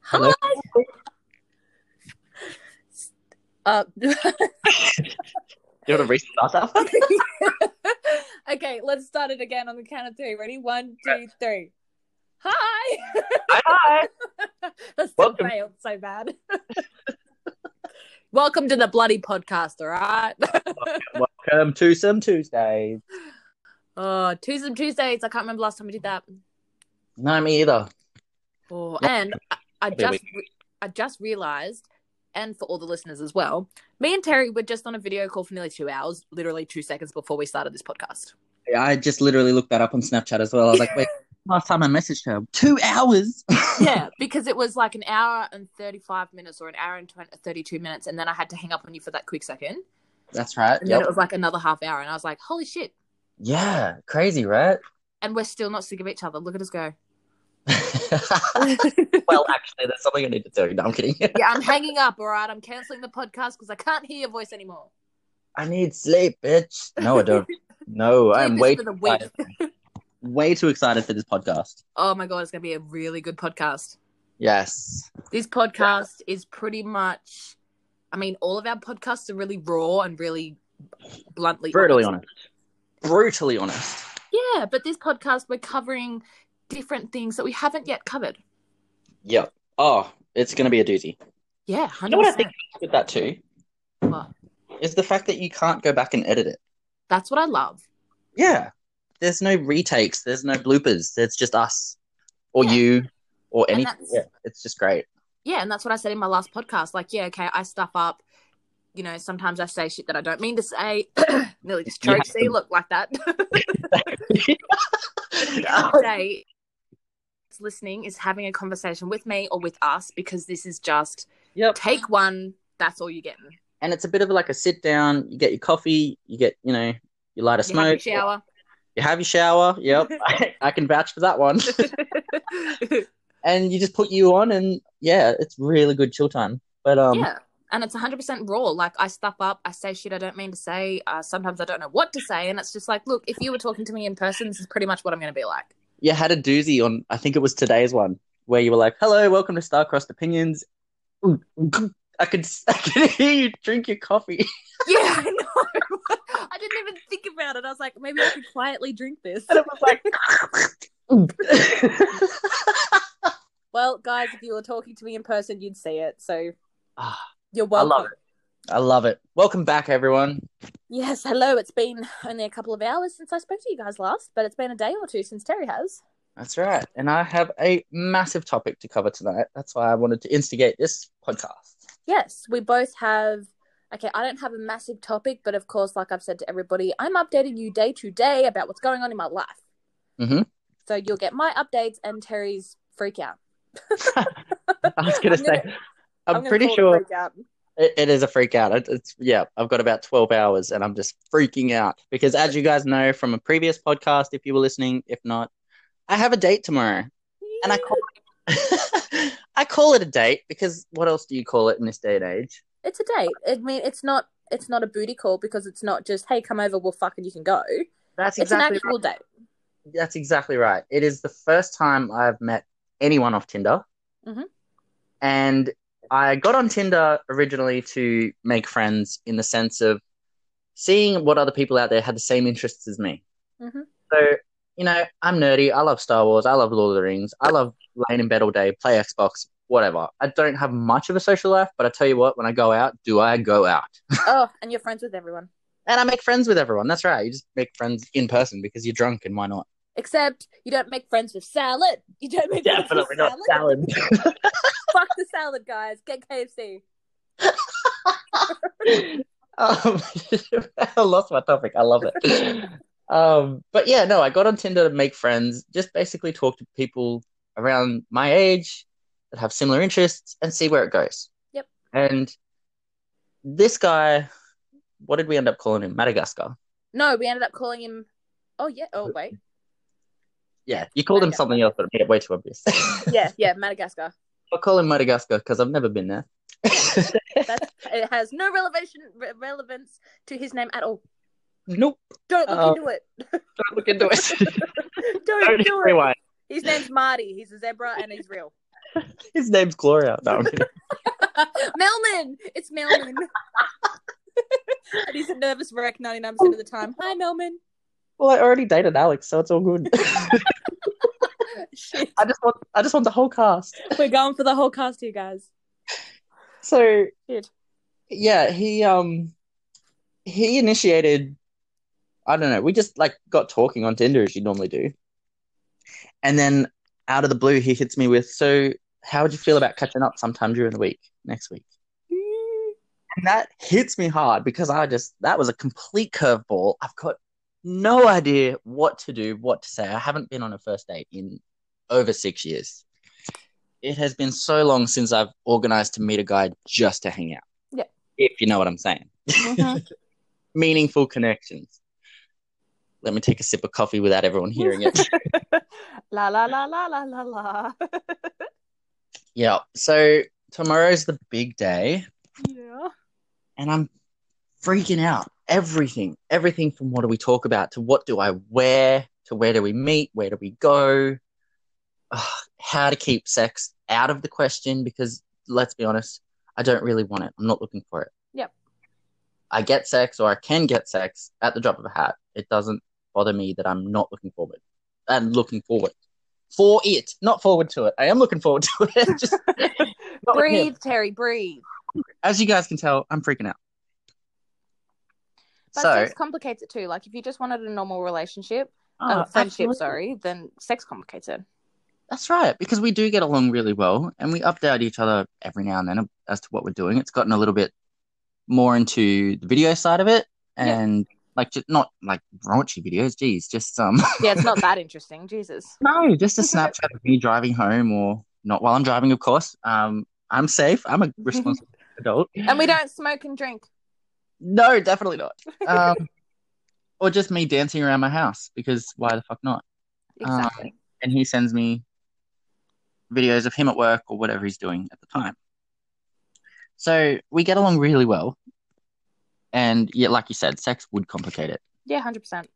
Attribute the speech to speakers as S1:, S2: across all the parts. S1: Hello.
S2: Uh,
S1: Do you want to restart that one?
S2: okay, let's start it again on the count of three. Ready? One, two, three. Hi.
S1: Hi.
S2: That's
S1: Welcome.
S2: failed so bad. Welcome to the bloody podcast. All right.
S1: Welcome to some Tuesdays.
S2: oh, Tuesdays and Tuesdays. I can't remember last time we did that.
S1: No, me either.
S2: Oh,
S1: Yeah.
S2: and I, I
S1: Every
S2: just re- I just realized, and for all the listeners as well, me and Terry were just on a video call for nearly two hours, literally two seconds before we started this podcast.
S1: I just literally looked that up on Snapchat as well. I was like, wait, last time I messaged her, two hours.
S2: yeah, because it was like an hour and 35 minutes or an hour and 20, 32 minutes. And then I had to hang up on you for that quick second.
S1: That's right.
S2: And then
S1: Yep.
S2: it was like another half hour. And I was like, holy shit.
S1: Yeah. Crazy, right?
S2: And we're still not sick of each other. Look at us go.
S1: well,
S2: yeah,
S1: actually, there's something I need to tell you. No, I'm kidding.
S2: I'm hanging up. All right. I'm canceling the podcast because I can't hear your voice anymore.
S1: I need sleep, bitch. No, I don't. No, I am
S2: Sleep is for
S1: way too
S2: the weak.
S1: excited. way too excited for this podcast.
S2: Oh my God. It's going to be a really good podcast.
S1: Yes.
S2: This podcast is pretty much, I mean, all of our podcasts are really raw and really bluntly
S1: Brutally
S2: honest.
S1: honest. Brutally honest.
S2: Yeah, but this podcast we're covering different things that we haven't yet covered.
S1: Yep. Oh, it's going to be a doozy.
S2: Yeah,
S1: You
S2: hundred
S1: know what I
S2: percent.
S1: think with that too
S2: What?
S1: is the fact that you can't go back and edit it.
S2: That's what I love.
S1: Yeah. There's no retakes. There's no bloopers. It's just us or
S2: Yeah.
S1: you or
S2: And
S1: anything.
S2: that's-
S1: Yeah, it's just great.
S2: Yeah, and that's what I said in my last podcast. Like, yeah, okay, I stuff up. You know, sometimes I say shit that I don't mean to say. Nearly just
S1: You
S2: choke.
S1: have
S2: See,
S1: to-
S2: look like that. Today, who's listening is having a conversation with me or with us because this is just
S1: yep.
S2: take one. That's all you're getting.
S1: And it's a bit of like a sit down. You get your coffee. You get, you know, you light a
S2: You have your
S1: smoke.
S2: shower.
S1: You have your shower. Yep. I, I can vouch for that one. and you just put you on and yeah, it's really good chill time. But um,
S2: yeah. And it's 100% raw. Like, I stuff up. I say shit I don't mean to say. Uh, sometimes I don't know what to say. And it's just like, look, if you were talking to me in person, this is pretty much what I'm going to be like.
S1: you had a doozy on I think it was today's one where you were like, "Hello, welcome to Star Crossed Opinions." Ooh, ooh, I could I could hear you drink your coffee.
S2: Yeah, I know. I didn't even think about it. I was like, maybe I could quietly drink this.
S1: And it was like ooh.
S2: Well, guys, if you were talking to me in person, you'd see it. So
S1: Ah,
S2: you're
S1: I
S2: welcome.
S1: love it. I love it. Welcome back everyone.
S2: Yes, hello. It's been only a couple of hours since I spoke to you guys last, but it's been a day or two since Terry has.
S1: That's right. And I have a massive topic to cover tonight. That's why I wanted to instigate this podcast.
S2: Yes, we both have. Okay, I don't have a massive topic, but of course, like I've said to everybody, I'm updating you day to day about what's going on in my life.
S1: Mhm.
S2: So you'll get my updates and Terry's freak out.
S1: I was going to
S2: I'm
S1: say
S2: gonna-
S1: I'm,
S2: gonna
S1: pretty
S2: call it a
S1: sure
S2: freak out.
S1: It, it is a freak out. It, it's yeah. I've got about twelve hours, and I'm just freaking out because, as you guys know from a previous podcast, if you were listening, if not, I have a date tomorrow, and I call it, I call it a date because what else do you call it in this day and age?
S2: it's a date. I mean, it's not it's not a booty call because it's not just hey, come over, we'll fuck and you can go.
S1: That's
S2: It's
S1: exactly
S2: an actual date.
S1: right. that's exactly right. It is the first time I've met anyone off Tinder,
S2: Mhm.
S1: and I got on Tinder originally to make friends in the sense of seeing what other people out there had the same interests as me.
S2: hmm
S1: So, you know, I'm nerdy. I love Star Wars. I love Lord of the Rings. I love laying in bed all day, play Xbox, whatever. I don't have much of a social life, but I tell you what, when I go out, do I go out?
S2: oh, and you're friends with everyone
S1: And I make friends with everyone. That's right. You just make friends in person because you're drunk and why not?
S2: except you don't make friends with salad. You don't make friends with salad.
S1: salad.
S2: fuck the salad, guys. Get KFC.
S1: um, I lost my topic. I love it. Um, but yeah, no, I got on Tinder to make friends, just basically talk to people around my age that have similar interests and see where it goes.
S2: Yep.
S1: And this guy, what did we end up calling him? Madagascar.
S2: No, we ended up calling him. Oh yeah. Oh wait.
S1: Yeah, you called him
S2: Madagascar.
S1: something else, but it made it way too obvious.
S2: Yeah, yeah, Madagascar.
S1: I'll call him Madagascar because I've never been there.
S2: That's, it has no relevation re- relevance to his name at all.
S1: nope,
S2: Don't look
S1: Oh.
S2: into it.
S1: don't look into it.
S2: Don't
S1: Don't
S2: do it.
S1: rewind.
S2: His name's Marty. He's a zebra and he's real.
S1: His name's Gloria. No, I'm kidding.
S2: Melman! It's Melman. and he's a nervous wreck 99% of the time. Hi, Melman.
S1: Well, I already dated Alex, so it's all good.
S2: Shit.
S1: I just want I just want the whole cast.
S2: We're going for the whole cast here, guys.
S1: So
S2: Shit.
S1: yeah, he um he initiated I don't know, we just like got talking on Tinder as you normally do. And then out of the blue he hits me with, So how would you feel about catching up sometime during the week, next week? And that hits me hard because I just that was a complete curveball. I've got no idea what to do, what to say. I haven't been on a first date in over six years. It has been so long since I've organized to meet a guy just to hang out.
S2: Yeah.
S1: If you know what I'm saying.
S2: Mhm.
S1: Meaningful connections. Let me take a sip of coffee without everyone hearing it.
S2: la la la la la la la.
S1: yeah. So tomorrow's the big day.
S2: yeah.
S1: and I'm freaking out. Everything, everything from what do we talk about to what do I wear to where do we meet, where do we go, Ugh, how to keep sex out of the question because let's be honest, I don't really want it. I'm not looking for it.
S2: Yep.
S1: I get sex or I can get sex at the drop of a hat. It doesn't bother me that I'm not looking forward and looking forward for it, not forward to it. I am looking forward to it. Just not with him.
S2: Breathe, Terry, breathe.
S1: As you guys can tell, I'm freaking out.
S2: But
S1: so,
S2: sex complicates it too. Like if you just wanted a normal relationship,
S1: Oh,
S2: uh, friendship,
S1: absolutely.
S2: sorry, then sex complicates it.
S1: That's right, because we do get along really well and we update each other every now and then as to what we're doing. It's gotten a little bit more into the video side of it
S2: Yeah.
S1: and like just not like raunchy videos, geez, just um
S2: Yeah, it's not that interesting. Jesus.
S1: no, just a Snapchat of me driving home or not while I'm driving, of course. Um I'm safe. I'm a responsible adult.
S2: And we don't smoke and drink.
S1: No, definitely not. Um or just me dancing around my house because why the fuck not? Ah.
S2: Exactly.
S1: and he sends me videos of him at work or whatever he's doing at the time. So we get along really well. And yet, like you said, sex would complicate it.
S2: yeah, hundred percent.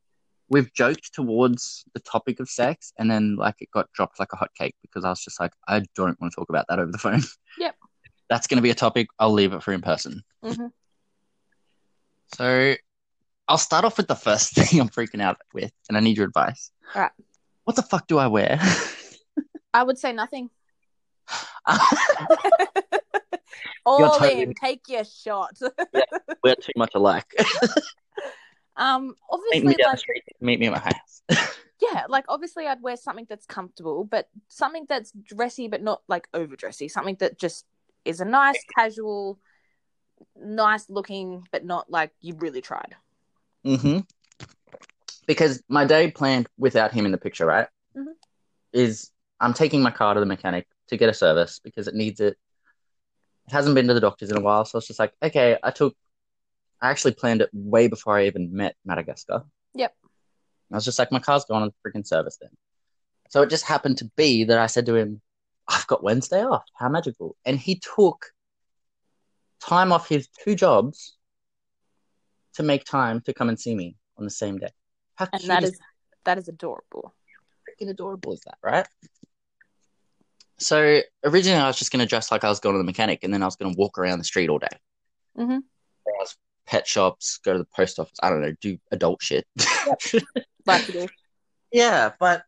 S1: We've joked towards the topic of sex, and then like it got dropped like a hot cake because I was just like, I don't want to talk about that over the phone.
S2: Yep.
S1: That's going to be a topic. I'll leave it for in person.
S2: Mhm.
S1: So I'll start off with the first thing I'm freaking out with, and I need your advice.
S2: All right.
S1: What the fuck do I wear?
S2: I would say nothing.
S1: You're
S2: All
S1: totally-
S2: in, take your shot.
S1: We're too much alike.
S2: um,
S1: Meet
S2: obviously,
S1: me down the
S2: like,
S1: street. Meet me at my house.
S2: yeah, like obviously, I'd wear something that's comfortable, but something that's dressy, but not like overdressy. Something that just is a nice, casual, nice looking, but not like you really tried.
S1: Mm-hmm. Because my day planned without him in the picture, right?
S2: Mhm.
S1: Is I'm taking my car to the mechanic to get a service because it needs it. It hasn't been to the doctors in a while, so it's just like, okay, I took, I actually planned it way before I even met Madagascar.
S2: Yep.
S1: I was just like, my car's going on the freaking service then. So it just happened to be that I said to him, I've got Wednesday off. How magical. And he took time off his two jobs to make time to come and see me on the same day. How
S2: And
S1: cute
S2: that
S1: is
S2: is that is adorable.
S1: freaking adorable is that, right? So originally, I was just going to dress like I was going to the mechanic, and then I was going to walk around the street all day. Mm-hmm.
S2: Mhm.
S1: Browse pet shops, go to the post office. I don't know, do adult shit.
S2: Like you do.
S1: yeah, but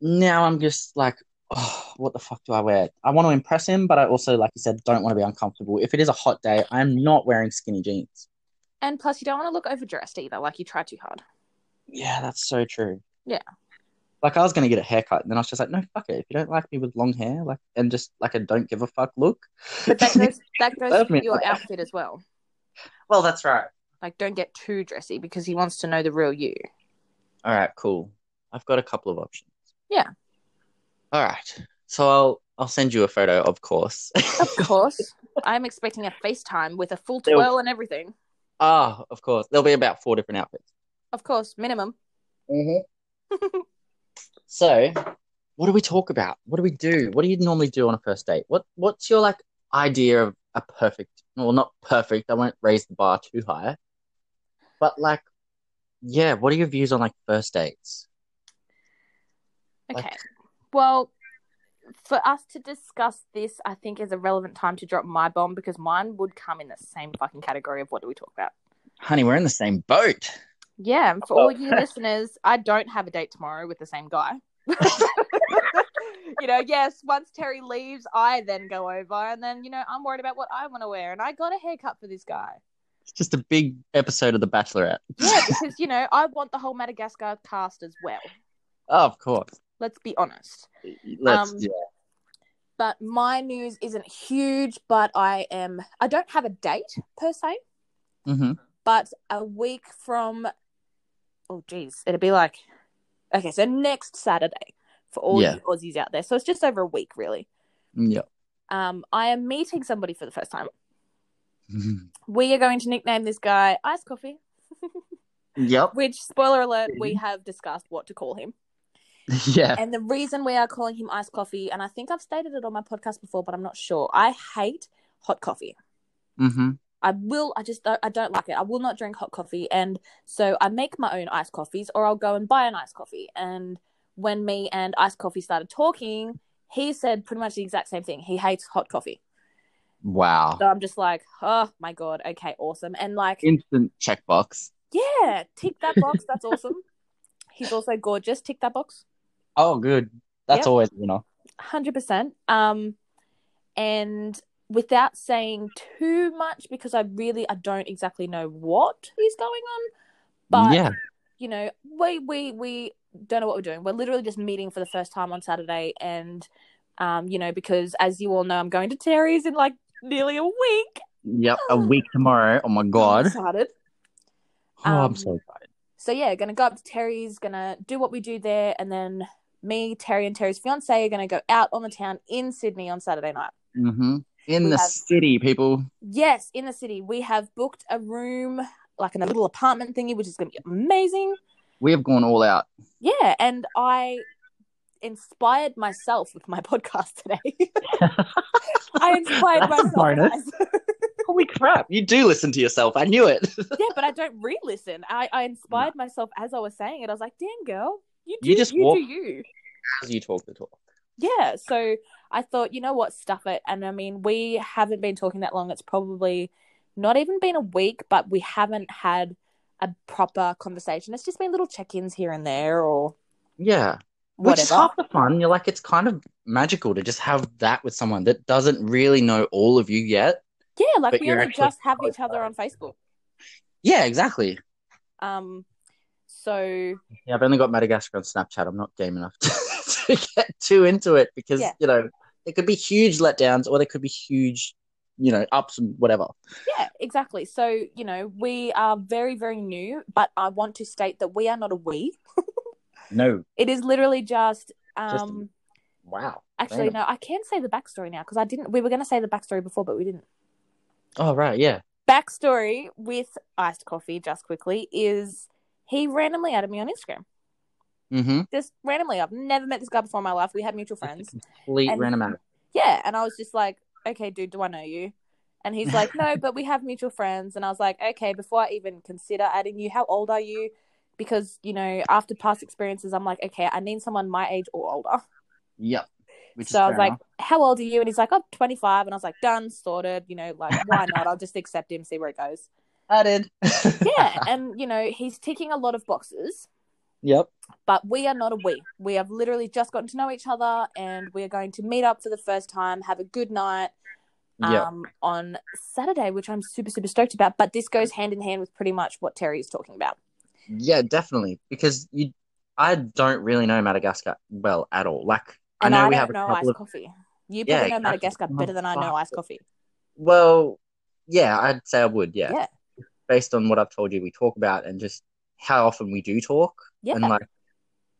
S1: now I'm just like, oh, what the fuck do I wear? I want to impress him, but I also, like you said, don't want to be uncomfortable. If it is a hot day, I'm not wearing skinny jeans.
S2: And plus, you don't want to look overdressed either. Like you try too hard.
S1: Yeah, that's so true.
S2: Yeah.
S1: Like I was gonna get a haircut, and then I was just like, no, fuck it. If you don't like me with long hair, like, and just like a don't give a fuck look.
S2: But that goes that goes
S1: Love
S2: with
S1: me.
S2: your outfit as well.
S1: well, that's right.
S2: Like, don't get too dressy because he wants to know the real you.
S1: All right, cool. I've got a couple of options.
S2: Yeah.
S1: All right. So I'll I'll send you a photo, of course.
S2: Of course, I'm expecting a FaceTime with a full
S1: There was-
S2: twirl and everything.
S1: Ah, of course. There'll be about four different outfits.
S2: Of course, minimum.
S1: Mm-hmm. so, what do we talk about? What do we do? What do you normally do on a first date? What What's your like idea of a perfect? Well, not perfect. I won't raise the bar too high. But like, yeah. What are your views on like first dates?
S2: Okay.
S1: Like-
S2: Well, for us to discuss this, I think is a relevant time to drop my bomb because mine would come in the same fucking category of what do we talk about?
S1: Honey, we're in the same boat.
S2: Yeah, and for all you listeners, I don't have a date tomorrow with the same guy. you know, yes, once Terry leaves, I then go over, and then, you know, I'm worried about what I want to wear, and I got a haircut for this guy.
S1: It's just a big episode of The Bachelorette.
S2: Yeah, because, you know, I want the whole Madagascar cast as well.
S1: Oh, of course.
S2: Let's be honest.
S1: Let's,
S2: Um,
S1: yeah.
S2: But my news isn't huge, but I am, I don't have a date per se,
S1: hmm
S2: but a week from, oh, geez, it'd be like, okay, so next Saturday for all
S1: Yeah.
S2: you Aussies out there. So it's just over a week, really.
S1: Yeah.
S2: Um, I am meeting somebody for the first time. We are going to nickname this guy Ice Coffee,
S1: yep.
S2: which, spoiler alert, we have discussed what to call him.
S1: Mm-hmm. Yeah.
S2: And the reason we are calling him Ice Coffee, and I think I've stated it on my podcast before, but I'm not sure. I hate hot coffee.
S1: hmm
S2: I will, I just, don't, I don't like it. I will not drink hot coffee. And so I make my own iced coffees or I'll go and buy an iced coffee. And when me and Ice Coffee started talking, he said pretty much the exact same thing. He hates hot coffee.
S1: Wow.
S2: So I'm just like, oh my God, okay, awesome. And like,
S1: Instant checkbox.
S2: Yeah, tick that box. That's awesome. He's also gorgeous. Tick that box,
S1: Oh, good.
S2: Yep.
S1: That's always, you know.
S2: hundred percent. Um, and without saying too much because I really I don't exactly know what is going on, but
S1: yeah.
S2: you know we we we don't know what we're doing. We're literally just meeting for the first time on Saturday, and um, you know because as you all know, I'm going to Terry's in like nearly a week.
S1: Yep. A week tomorrow. Oh my
S2: I'm
S1: god.
S2: excited.
S1: Oh,
S2: Um,
S1: I'm so excited.
S2: So yeah, gonna go up to Terry's, gonna do what we do there, and then me, Terry, and Terry's fiance are gonna go out on the town in Sydney on Saturday night.
S1: hmm In
S2: we
S1: the
S2: have-
S1: city, people.
S2: Yes, in the city. We have booked a room, like in a little apartment thingy, which is gonna be amazing.
S1: We have gone all out.
S2: Yeah, and I inspired myself with my podcast today. I inspired
S1: That's a
S2: myself.
S1: bonus.
S2: guys.
S1: Holy crap! You do listen to yourself. I knew it.
S2: yeah, but I don't re-listen. I, I inspired myself as I was saying it. I was like, "Damn, girl, you do
S1: You
S2: you,
S1: just
S2: you
S1: walk-
S2: do you."
S1: As you talk the talk.
S2: yeah so i thought you know what stuff it and i mean we haven't been talking that long it's probably not even been a week but we haven't had a proper conversation it's just been little check-ins here and there or
S1: Yeah. Which is
S2: whatever
S1: half the fun. You're like, it's kind of magical to just have that with someone that doesn't really know all of you yet.
S2: yeah like
S1: But
S2: we
S1: you're
S2: only
S1: actually
S2: just have
S1: close
S2: each other on facebook
S1: Yeah, exactly.
S2: um so
S1: Yeah, I've only got Madagascar on Snapchat. I'm not game enough to, get too into it because,
S2: Yeah.
S1: you know, there could be huge letdowns or there could be huge, you know, ups and whatever.
S2: yeah exactly so you know we are very very new but i want to state that we are not a we
S1: No.
S2: it is literally just um
S1: Just- Wow.
S2: actually
S1: man.
S2: no i can say the backstory now because i didn't we were going to say the backstory before but we didn't
S1: Oh, right. Yeah.
S2: backstory with iced coffee just quickly is he randomly added me on instagram
S1: Mm-hmm.
S2: just randomly i've never met this guy before in my life we had mutual friends
S1: Complete
S2: And-
S1: random act.
S2: yeah and i was just like okay dude do i know you and he's like no but we have mutual friends and i was like okay before i even consider adding you how old are you because you know after past experiences i'm like okay i need someone my age or older
S1: Yep. Which
S2: so I was
S1: fair
S2: like,
S1: enough.
S2: "How old are you?" And he's like, "I'm 25." And I was like, "Done, sorted." You know, like why not? I'll just accept him, see where it goes.
S1: added.
S2: Yeah, and you know, he's ticking a lot of boxes,
S1: Yep.
S2: but we are not a we. We have literally just gotten to know each other, and we are going to meet up for the first time, have a good night
S1: Yep.
S2: um, on Saturday, which I'm super super stoked about. But this goes hand in hand with pretty much what Terry is talking about.
S1: Yeah, definitely. Because you, I don't really know Madagascar well at all. Like, I
S2: And
S1: know
S2: I,
S1: we
S2: don't
S1: have a
S2: know
S1: couple
S2: iced
S1: of.
S2: coffee. You probably
S1: Yeah,
S2: know
S1: exactly.
S2: Madagascar better than I know iced coffee.
S1: Well, yeah, I'd say I would. Yeah.
S2: Yeah.
S1: Based on what I've told you, we talk about and just how often we do talk
S2: Yeah,
S1: and like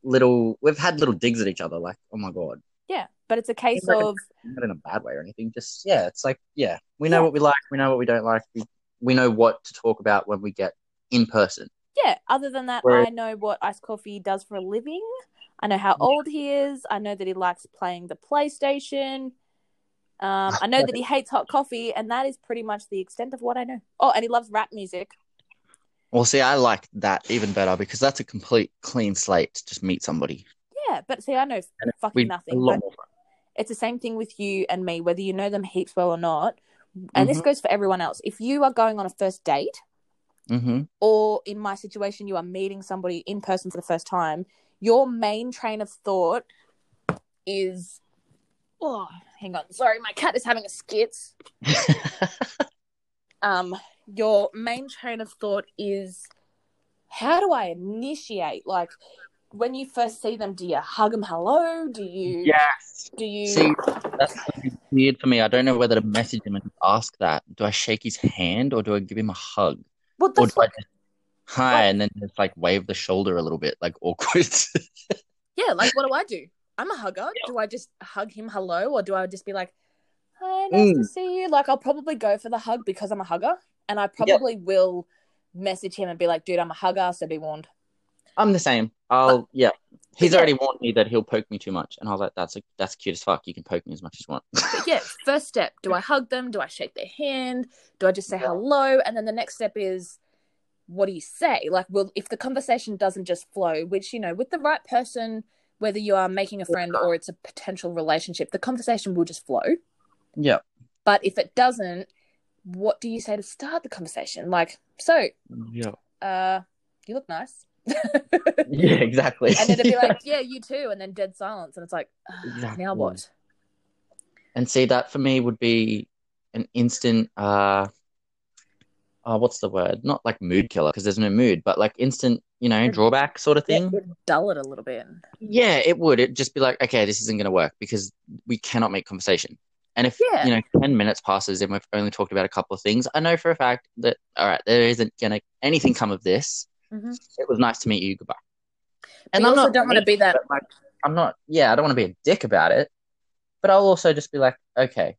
S1: little. We've had little digs at each other. Like, oh my god,
S2: yeah. But it's a case
S1: Like a-
S2: of
S1: not in a bad way or anything. Just yeah, it's like yeah, we know
S2: Yeah.
S1: what we like, we know what we don't like, we, we know what to talk about when we get in person.
S2: yeah, other than that,
S1: Whereas-
S2: I know what Iced Coffee does for a living. I know how old he is. I know that he likes playing the PlayStation. Um, I know that he hates hot coffee, and that is pretty much the extent of what I know. Oh, and he loves rap music.
S1: Well, see, I like that even better because that's a complete clean slate to just meet somebody.
S2: Yeah, but see, I know
S1: And
S2: fucking
S1: We
S2: nothing.
S1: a lot
S2: but
S1: more fun.
S2: it's the same thing with you and me, whether you know them heaps well or not. And this goes for everyone else. If you are going on a first date,
S1: Mm-hmm.
S2: or in my situation, you are meeting somebody in person for the first time, your main train of thought is, oh, hang on, sorry, my cat is having a skits.
S1: Mm-hmm.
S2: um, your main train of thought is, how do I initiate? Like, when you first see them, do you hug them hello? Do you
S1: yes.
S2: do you
S1: See, that's something weird for me. I don't know whether to message him and just ask that. Do I shake his hand or do I give him a hug?
S2: Well,
S1: Or do
S2: that's
S1: I
S2: what,
S1: just hi and then just like wave the shoulder a little bit, like awkward?
S2: yeah, like what do I do? I'm a hugger. Do I just hug him hello or do I just be like, hi, nice to
S1: Mm.
S2: see you? Like, I'll probably go for the hug because I'm a hugger and I probably will message him and be like, dude, I'm a hugger, so be warned.
S1: I'm the same. I'll yeah. He's
S2: yeah.
S1: already warned me that he'll poke me too much, and I was like, "That's that's cute as fuck. You can poke me as much as you want."
S2: But yeah, first step, do I hug them? Do I shake their hand? Do I just say
S1: Yeah.
S2: hello? And then the next step is, what do you say? Like, well, if the conversation doesn't just flow, which, you know, with the right person, whether you are making a friend or it's a potential relationship, the conversation will just flow.
S1: yeah.
S2: But if it doesn't, what do you say to start the conversation? Like, so,
S1: Yeah.
S2: uh, you look nice.
S1: Yeah. Exactly.
S2: And it'd be like, yeah, you too. And then dead silence. And it's like, ah,
S1: Exactly.
S2: now what?
S1: and see that for me would be an instant uh oh what's the word not like mood killer because there's no mood but like instant you know drawback sort of
S2: Mm-hmm. Yeah,
S1: thing
S2: would dull it a little bit.
S1: yeah it would it'd just be like okay this isn't going to work because we cannot make conversation and if
S2: Yeah.
S1: you know 10 minutes passes and we've only talked about a couple of things i know for a fact that all right there isn't gonna anything come of this
S2: Mm-hmm.
S1: it was nice to meet you goodbye
S2: And you also don't want to be that.
S1: but like i'm not yeah i don't want to be a dick about it but i'll also just be like okay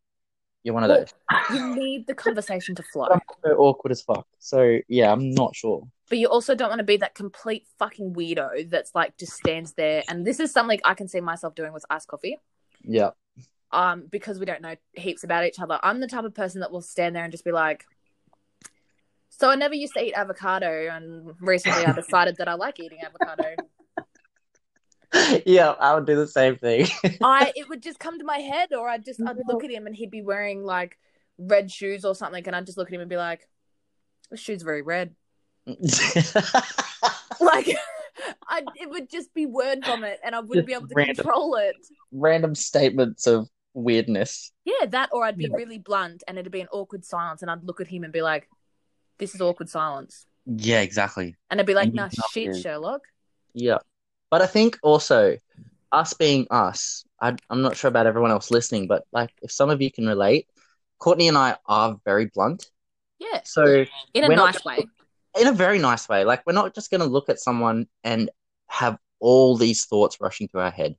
S1: you're one of
S2: Well,
S1: those
S2: You need the conversation to flow.
S1: But I'm so awkward as fuck. So yeah, I'm not sure.
S2: But you also don't want to be that complete fucking weirdo that's like just stands there. And this is something I can see myself doing with iced coffee.
S1: Yeah.
S2: Um, because we don't know heaps about each other. I'm the type of person that will stand there and just be like, So I never used to eat avocado, and recently I decided that I like eating avocado.
S1: Yeah, I would do the same thing.
S2: I it would just come to my head, or I'd just I'd look at him and he'd be wearing like red shoes or something, and I'd just look at him and be like, "This shoe's very red." Like, I it would just be word vomit, and I wouldn't be
S1: Just
S2: able to
S1: random.
S2: control it.
S1: Random statements of weirdness.
S2: Yeah, that, or I'd be
S1: Yeah.
S2: really blunt, and it'd be an awkward silence, and I'd look at him and be like, "This is awkward silence,"
S1: Yeah, exactly.
S2: and I'd be like,
S1: And you
S2: "Nah,
S1: can't
S2: shit,
S1: do-
S2: Sherlock."
S1: Yeah. But I think also us being us, I, I'm not sure about everyone else listening, but like if some of you can relate, Courtney and I are very blunt.
S2: Yeah,
S1: So
S2: in a
S1: We're not
S2: nice
S1: gonna
S2: way.
S1: in a very nice way. Like we're not just going to look at someone and have all these thoughts rushing through our head.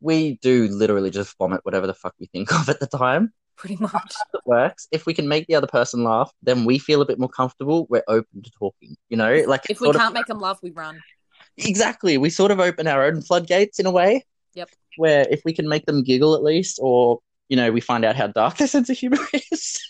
S1: We do literally just vomit whatever the fuck we think of at the time.
S2: Pretty much.
S1: If It works. If we can make the other person laugh, then we feel a bit more comfortable. We're open to talking. You know, like
S2: If
S1: it's
S2: we
S1: sort of-
S2: can't make them laugh, we run.
S1: exactly. We sort of open our own floodgates in a way.
S2: Yep.
S1: Where if we can make them giggle at least, or you know, we find out how dark their sense of humor is.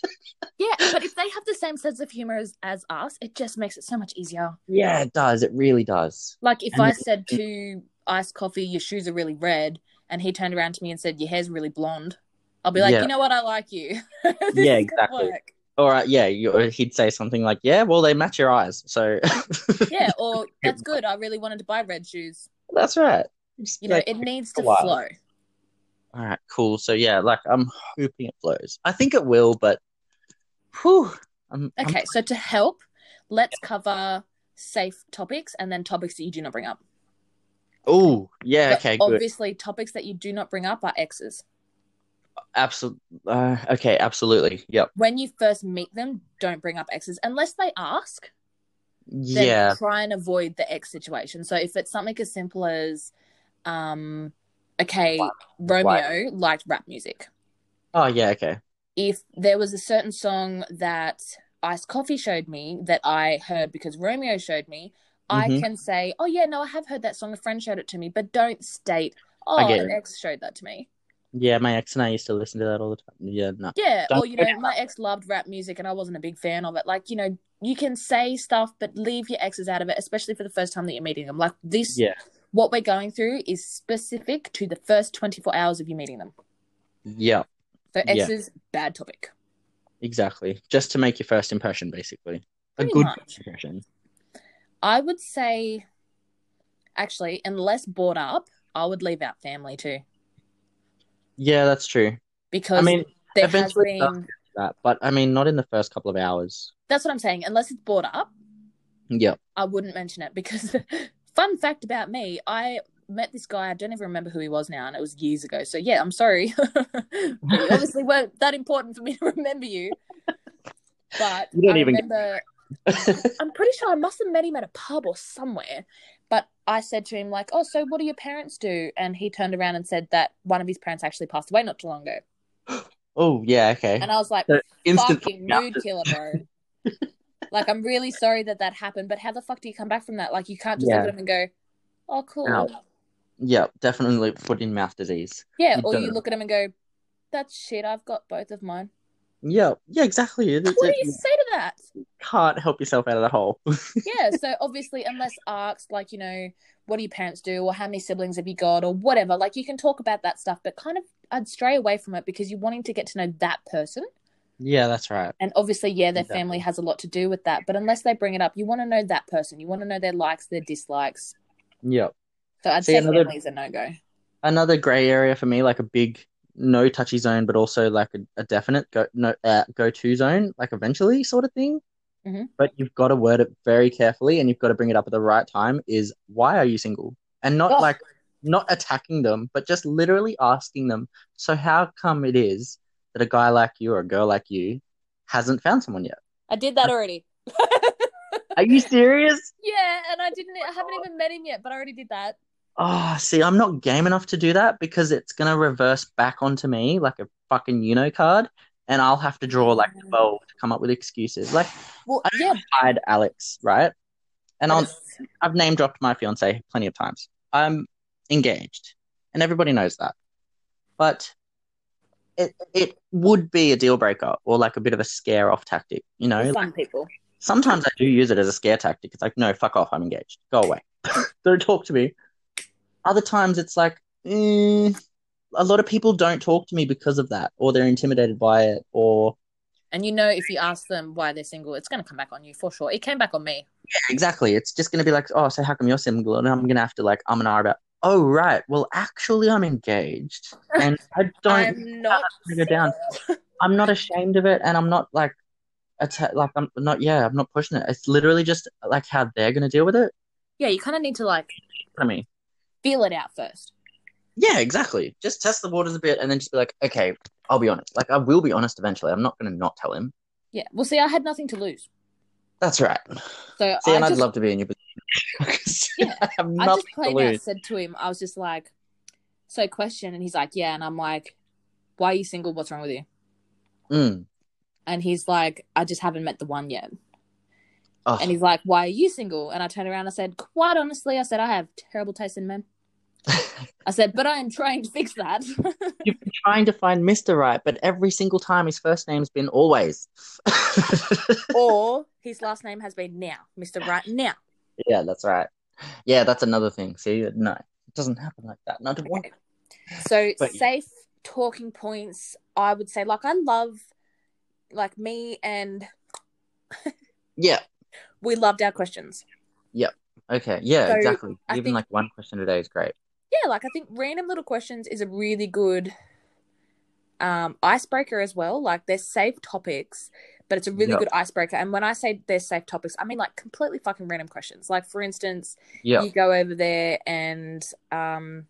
S2: Yeah, but if they have the same sense of humor as, as us, it just makes it so much easier.
S1: yeah, it does. It really does.
S2: Like if
S1: And-
S2: I said to Iced Coffee, your shoes are really red, and he turned around to me and said, your hair's really blonde, I'll be like,
S1: Yeah.
S2: you know what, I like you. This is
S1: Yeah,
S2: gonna
S1: exactly.
S2: work.
S1: All right, yeah, you, or he'd say something like, "Yeah, well, they match your eyes, so
S2: Yeah, or that's good. I really wanted to buy red shoes.
S1: that's right." Just
S2: You know,
S1: like,
S2: it needs to
S1: a while.
S2: flow.
S1: all right, cool. So yeah, like I'm hoping it flows. I think it will, but whew, I'm, I'm-
S2: Okay, so to help, let's cover safe topics and then topics that you do not bring up.
S1: Ooh, yeah, okay, good,
S2: Obviously, topics that you do not bring up are exes.
S1: absolutely. Uh, okay, absolutely. Yep.
S2: When you first meet them, don't bring up exes unless they ask. then
S1: Yeah.
S2: try and avoid the ex situation. So if it's something as simple as, um, okay,
S1: Why?
S2: Romeo liked rap music.
S1: Oh yeah. Okay.
S2: If there was a certain song that Iced Coffee showed me that I heard because Romeo showed me, I
S1: Mhm.
S2: can say, oh yeah, no, I have heard that song. A friend showed it to me, but don't state, oh,
S1: I get
S2: an
S1: it.
S2: ex showed that to me.
S1: Yeah, my ex and I used to listen to that all the time. Yeah, no.
S2: Yeah,
S1: Don't
S2: or you
S1: go
S2: know, my ex loved rap music and I wasn't a big fan of it. Like, you know, you can say stuff, but leave your exes out of it, especially for the first time that you're meeting them. Like this
S1: Yeah.
S2: what we're going through is specific to the first 24 hours of you meeting them.
S1: Yeah,
S2: So
S1: Yeah.
S2: X is bad topic.
S1: exactly. Just to make your first impression, basically. A
S2: Pretty
S1: good
S2: much.
S1: first impression.
S2: I would say, actually, unless brought up, I would leave out family too
S1: Yeah, that's true.
S2: because
S1: I mean,
S2: there has
S1: eventually it
S2: been.
S1: does that, but I mean, not in the first couple of hours.
S2: That's what I'm saying. Unless it's brought up,
S1: Yeah.
S2: I wouldn't mention it because fun fact about me, I met this guy, I don't even remember who he was now, and it was years ago. So yeah, I'm sorry. you obviously weren't that important for me to remember you. But
S1: You don't
S2: I
S1: even get-
S2: remember I'm pretty sure I must have met him at a pub or somewhere. But I said to him, like, Oh, so what do your parents do? And he turned around and said that one of his parents actually passed away not too long ago.
S1: oh yeah. Okay.
S2: And I was like,
S1: So Instant
S2: fucking
S1: Yeah.
S2: mood killer, bro. like, I'm really sorry that that happened, but how the fuck do you come back from that? Like, you can't just look
S1: Yeah.
S2: at him and go, oh, cool.
S1: Ow. Yeah, definitely foot in mouth disease.
S2: Yeah,
S1: You
S2: or you
S1: don't.
S2: look at him and go, that's shit, I've got both of mine.
S1: Yeah. Yeah. Exactly. It,
S2: What do
S1: it-
S2: you say to that?
S1: can't help yourself out of the hole.
S2: yeah, so obviously, unless asked, like, you know, what do your parents do, or how many siblings have you got, or whatever, like, you can talk about that stuff, but kind of, I'd stray away from it because you're wanting to get to know that person.
S1: yeah, that's right.
S2: And obviously, yeah, their
S1: Exactly.
S2: family has a lot to do with that. But unless they bring it up, you want to know that person. You want to know their likes, their dislikes.
S1: Yeah.
S2: So I'd
S1: See,
S2: say
S1: another-
S2: family is a no go.
S1: Another grey area for me, like a big no touchy zone, but also like a, a definite go no uh, go to zone, like eventually sort of thing.
S2: Mhm.
S1: But you've got to word it very carefully, and you've got to bring it up at the right time. Is why are you single? And not
S2: Oh.
S1: like not attacking them, but just literally asking them. So how come it is that a guy like you or a girl like you hasn't found someone yet?
S2: I did that already.
S1: Are you serious?
S2: Yeah, and I didn't. I haven't even met him yet, but I already did that.
S1: Oh, see, I'm not game enough to do that because it's gonna reverse back onto me like a fucking Uno card, and I'll have to draw like
S2: Mm.
S1: twelve to come up with excuses. Like
S2: Well,
S1: I
S2: yeah,
S1: hide Alex, right? And I'll,
S2: it's-
S1: I've name dropped my fiance plenty of times. I'm engaged, and everybody knows that. But it it would be a deal breaker or like a bit of a scare off tactic, you know?
S2: for some people.
S1: Sometimes I do use it as a scare tactic. It's like, no, fuck off, I'm engaged. Go away. don't talk to me. Other times it's like, eh, a lot of people don't talk to me because of that, or they're intimidated by it, or
S2: And you know, if you ask them why they're single, it's going to come back on you for sure. It came back on me.
S1: Yeah, exactly. It's just gonna be like, oh, so how come you're single? And I'm gonna have to like, I'm an R about. Oh right, well actually I'm engaged, and I don't.
S2: I'm not.
S1: go down. I'm not ashamed of it, and I'm not like, atta- like I'm not. Yeah, I'm not pushing it. It's literally just like how they're gonna deal with it.
S2: Yeah, you kind of need to like
S1: I mean,
S2: feel it out first.
S1: Yeah, exactly. Just test the waters a bit and then just be like, okay, I'll be honest. Like, I will be honest eventually. I'm not going to not tell him.
S2: Yeah. Well, see, I had nothing to lose,
S1: That's right.
S2: so
S1: See,
S2: I
S1: and I'd
S2: just,
S1: love to be in your position.
S2: Yeah,
S1: I have
S2: I
S1: nothing
S2: just
S1: to
S2: played out.
S1: lose.
S2: Said to him, I was just like, so question, and he's like, yeah, and I'm like, why are you single? What's wrong with you?
S1: Mm.
S2: And he's like, I just haven't met the one yet.
S1: Oh,
S2: And he's like, Why are you single? And I turned around and I said, Quite honestly, I said, I have terrible taste in men. I said, But I am trying to fix that.
S1: You've been trying to find Mr. Right, but every single time his first name's been always.
S2: or his last name has been now, Mr. Right Now.
S1: yeah, that's right. Yeah, that's another thing. See, no, it doesn't happen like that. Not one.
S2: So,
S1: But-
S2: safe talking points, I would say, like, I love, like, me and
S1: Yeah.
S2: we loved our questions.
S1: Okay. Yeah,
S2: So,
S1: exactly.
S2: I
S1: Even
S2: think-
S1: like one question a day is great.
S2: Yeah, like, I think random little questions is a really good um, icebreaker as well. Like, they're safe topics. But it's a really
S1: Yeah.
S2: good icebreaker. And when I say they're safe topics, I mean like completely fucking random questions. Like, for instance,
S1: Yeah.
S2: you go over there and um,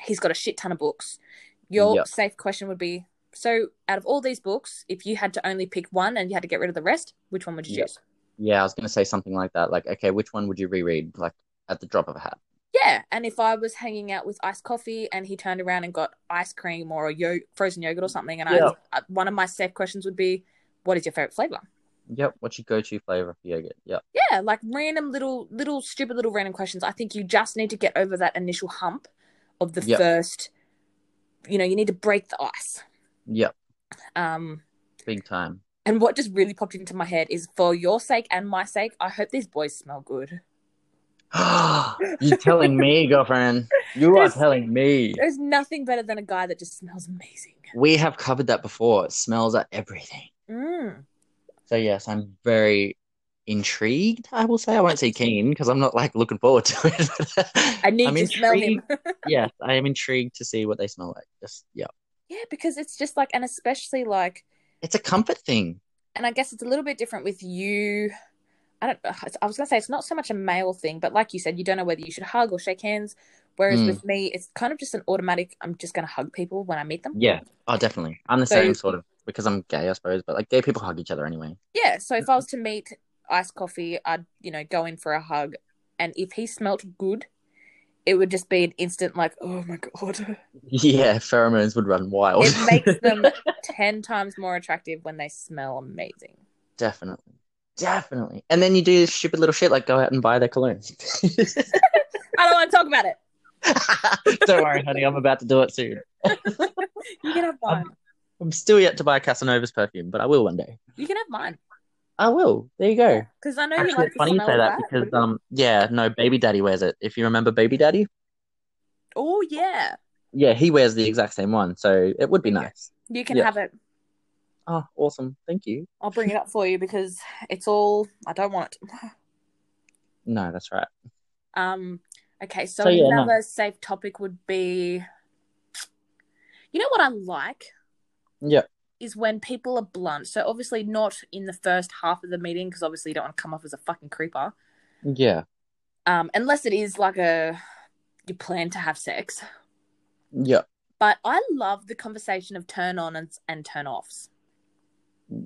S2: he's got a shit ton of books. Your
S1: Yep.
S2: safe question would be so out of all these books, if you had to only pick one and you had to get rid of the rest, which one would you
S1: Yep.
S2: choose?
S1: Yeah, I was going to say something like that. Like, okay, which one would you reread? Like, at the drop of a hat.
S2: Yeah. And if I was hanging out with iced coffee and he turned around and got ice cream or a yo- frozen yogurt or something, and
S1: Yeah.
S2: I, I, one of my safe questions would be, what is your favorite flavor?
S1: Yep. What's your go-to flavor for yogurt? Yep.
S2: Yeah, like random little, little stupid little random questions. I think you just need to get over that initial hump of the
S1: Yep.
S2: first, you know, you need to break the ice.
S1: Yep.
S2: Um,
S1: Big time.
S2: And what just really popped into my head is for your sake and my sake, I hope these boys smell good.
S1: You're telling me, girlfriend. You are
S2: There's-
S1: telling me.
S2: There's nothing better than a guy that just smells amazing.
S1: We have covered that before. It smells are everything.
S2: Mm.
S1: So yes, I'm very intrigued. I will say I won't say keen because I'm not like looking forward to it.
S2: I need
S1: I'm
S2: to smell him.
S1: intrigued- yes, I am intrigued to see what they smell like. Just yeah,
S2: yeah, because it's just like, and especially like,
S1: it's a comfort thing.
S2: and I guess it's a little bit different with you. I don't. ugh, it's- I was gonna say it's not so much a male thing, but like you said, you don't know whether you should hug or shake hands. Whereas
S1: Mm.
S2: with me, it's kind of just an automatic. I'm just gonna hug people when I meet them.
S1: Yeah. Oh, definitely. I'm the
S2: So-
S1: same sort of because I'm gay, I suppose. But like gay people hug each other anyway.
S2: Yeah. So if I was to meet Ice Coffee, I'd you know go in for a hug, and if he smelt good, it would just be an instant like, oh my god.
S1: Yeah, pheromones would run wild.
S2: It makes them ten times more attractive when they smell amazing.
S1: definitely, definitely. And then you do stupid little shit like go out and buy their cologne.
S2: I don't want to talk about it.
S1: Don't worry, honey. I'm about to do it soon.
S2: You can have
S1: Um,
S2: mine.
S1: I'm still yet to buy Casanova's perfume, but I will one day.
S2: You can have mine.
S1: I will. There you go.
S2: Because I know you
S1: Actually,
S2: like
S1: it's
S2: the
S1: funny you
S2: smell
S1: say
S2: of
S1: that
S2: that.
S1: because um, yeah, no, Baby Daddy wears it. If you remember Baby Daddy,
S2: oh yeah,
S1: yeah, he wears the exact same one, so it would be
S2: Yeah.
S1: nice.
S2: you can
S1: Yeah.
S2: have it.
S1: Oh, awesome! Thank you.
S2: I'll bring it up for you because it's all I don't want it.
S1: No, that's right.
S2: Um. Okay, so,
S1: So, yeah, no.
S2: another safe topic would be. You know what I like
S1: Yeah,
S2: is when people are blunt. So obviously not in the first half of the meeting because obviously you don't want to come off as a fucking creeper.
S1: yeah,
S2: um, unless it is like a you plan to have sex.
S1: yeah,
S2: But I love the conversation of turn on and, and turn offs.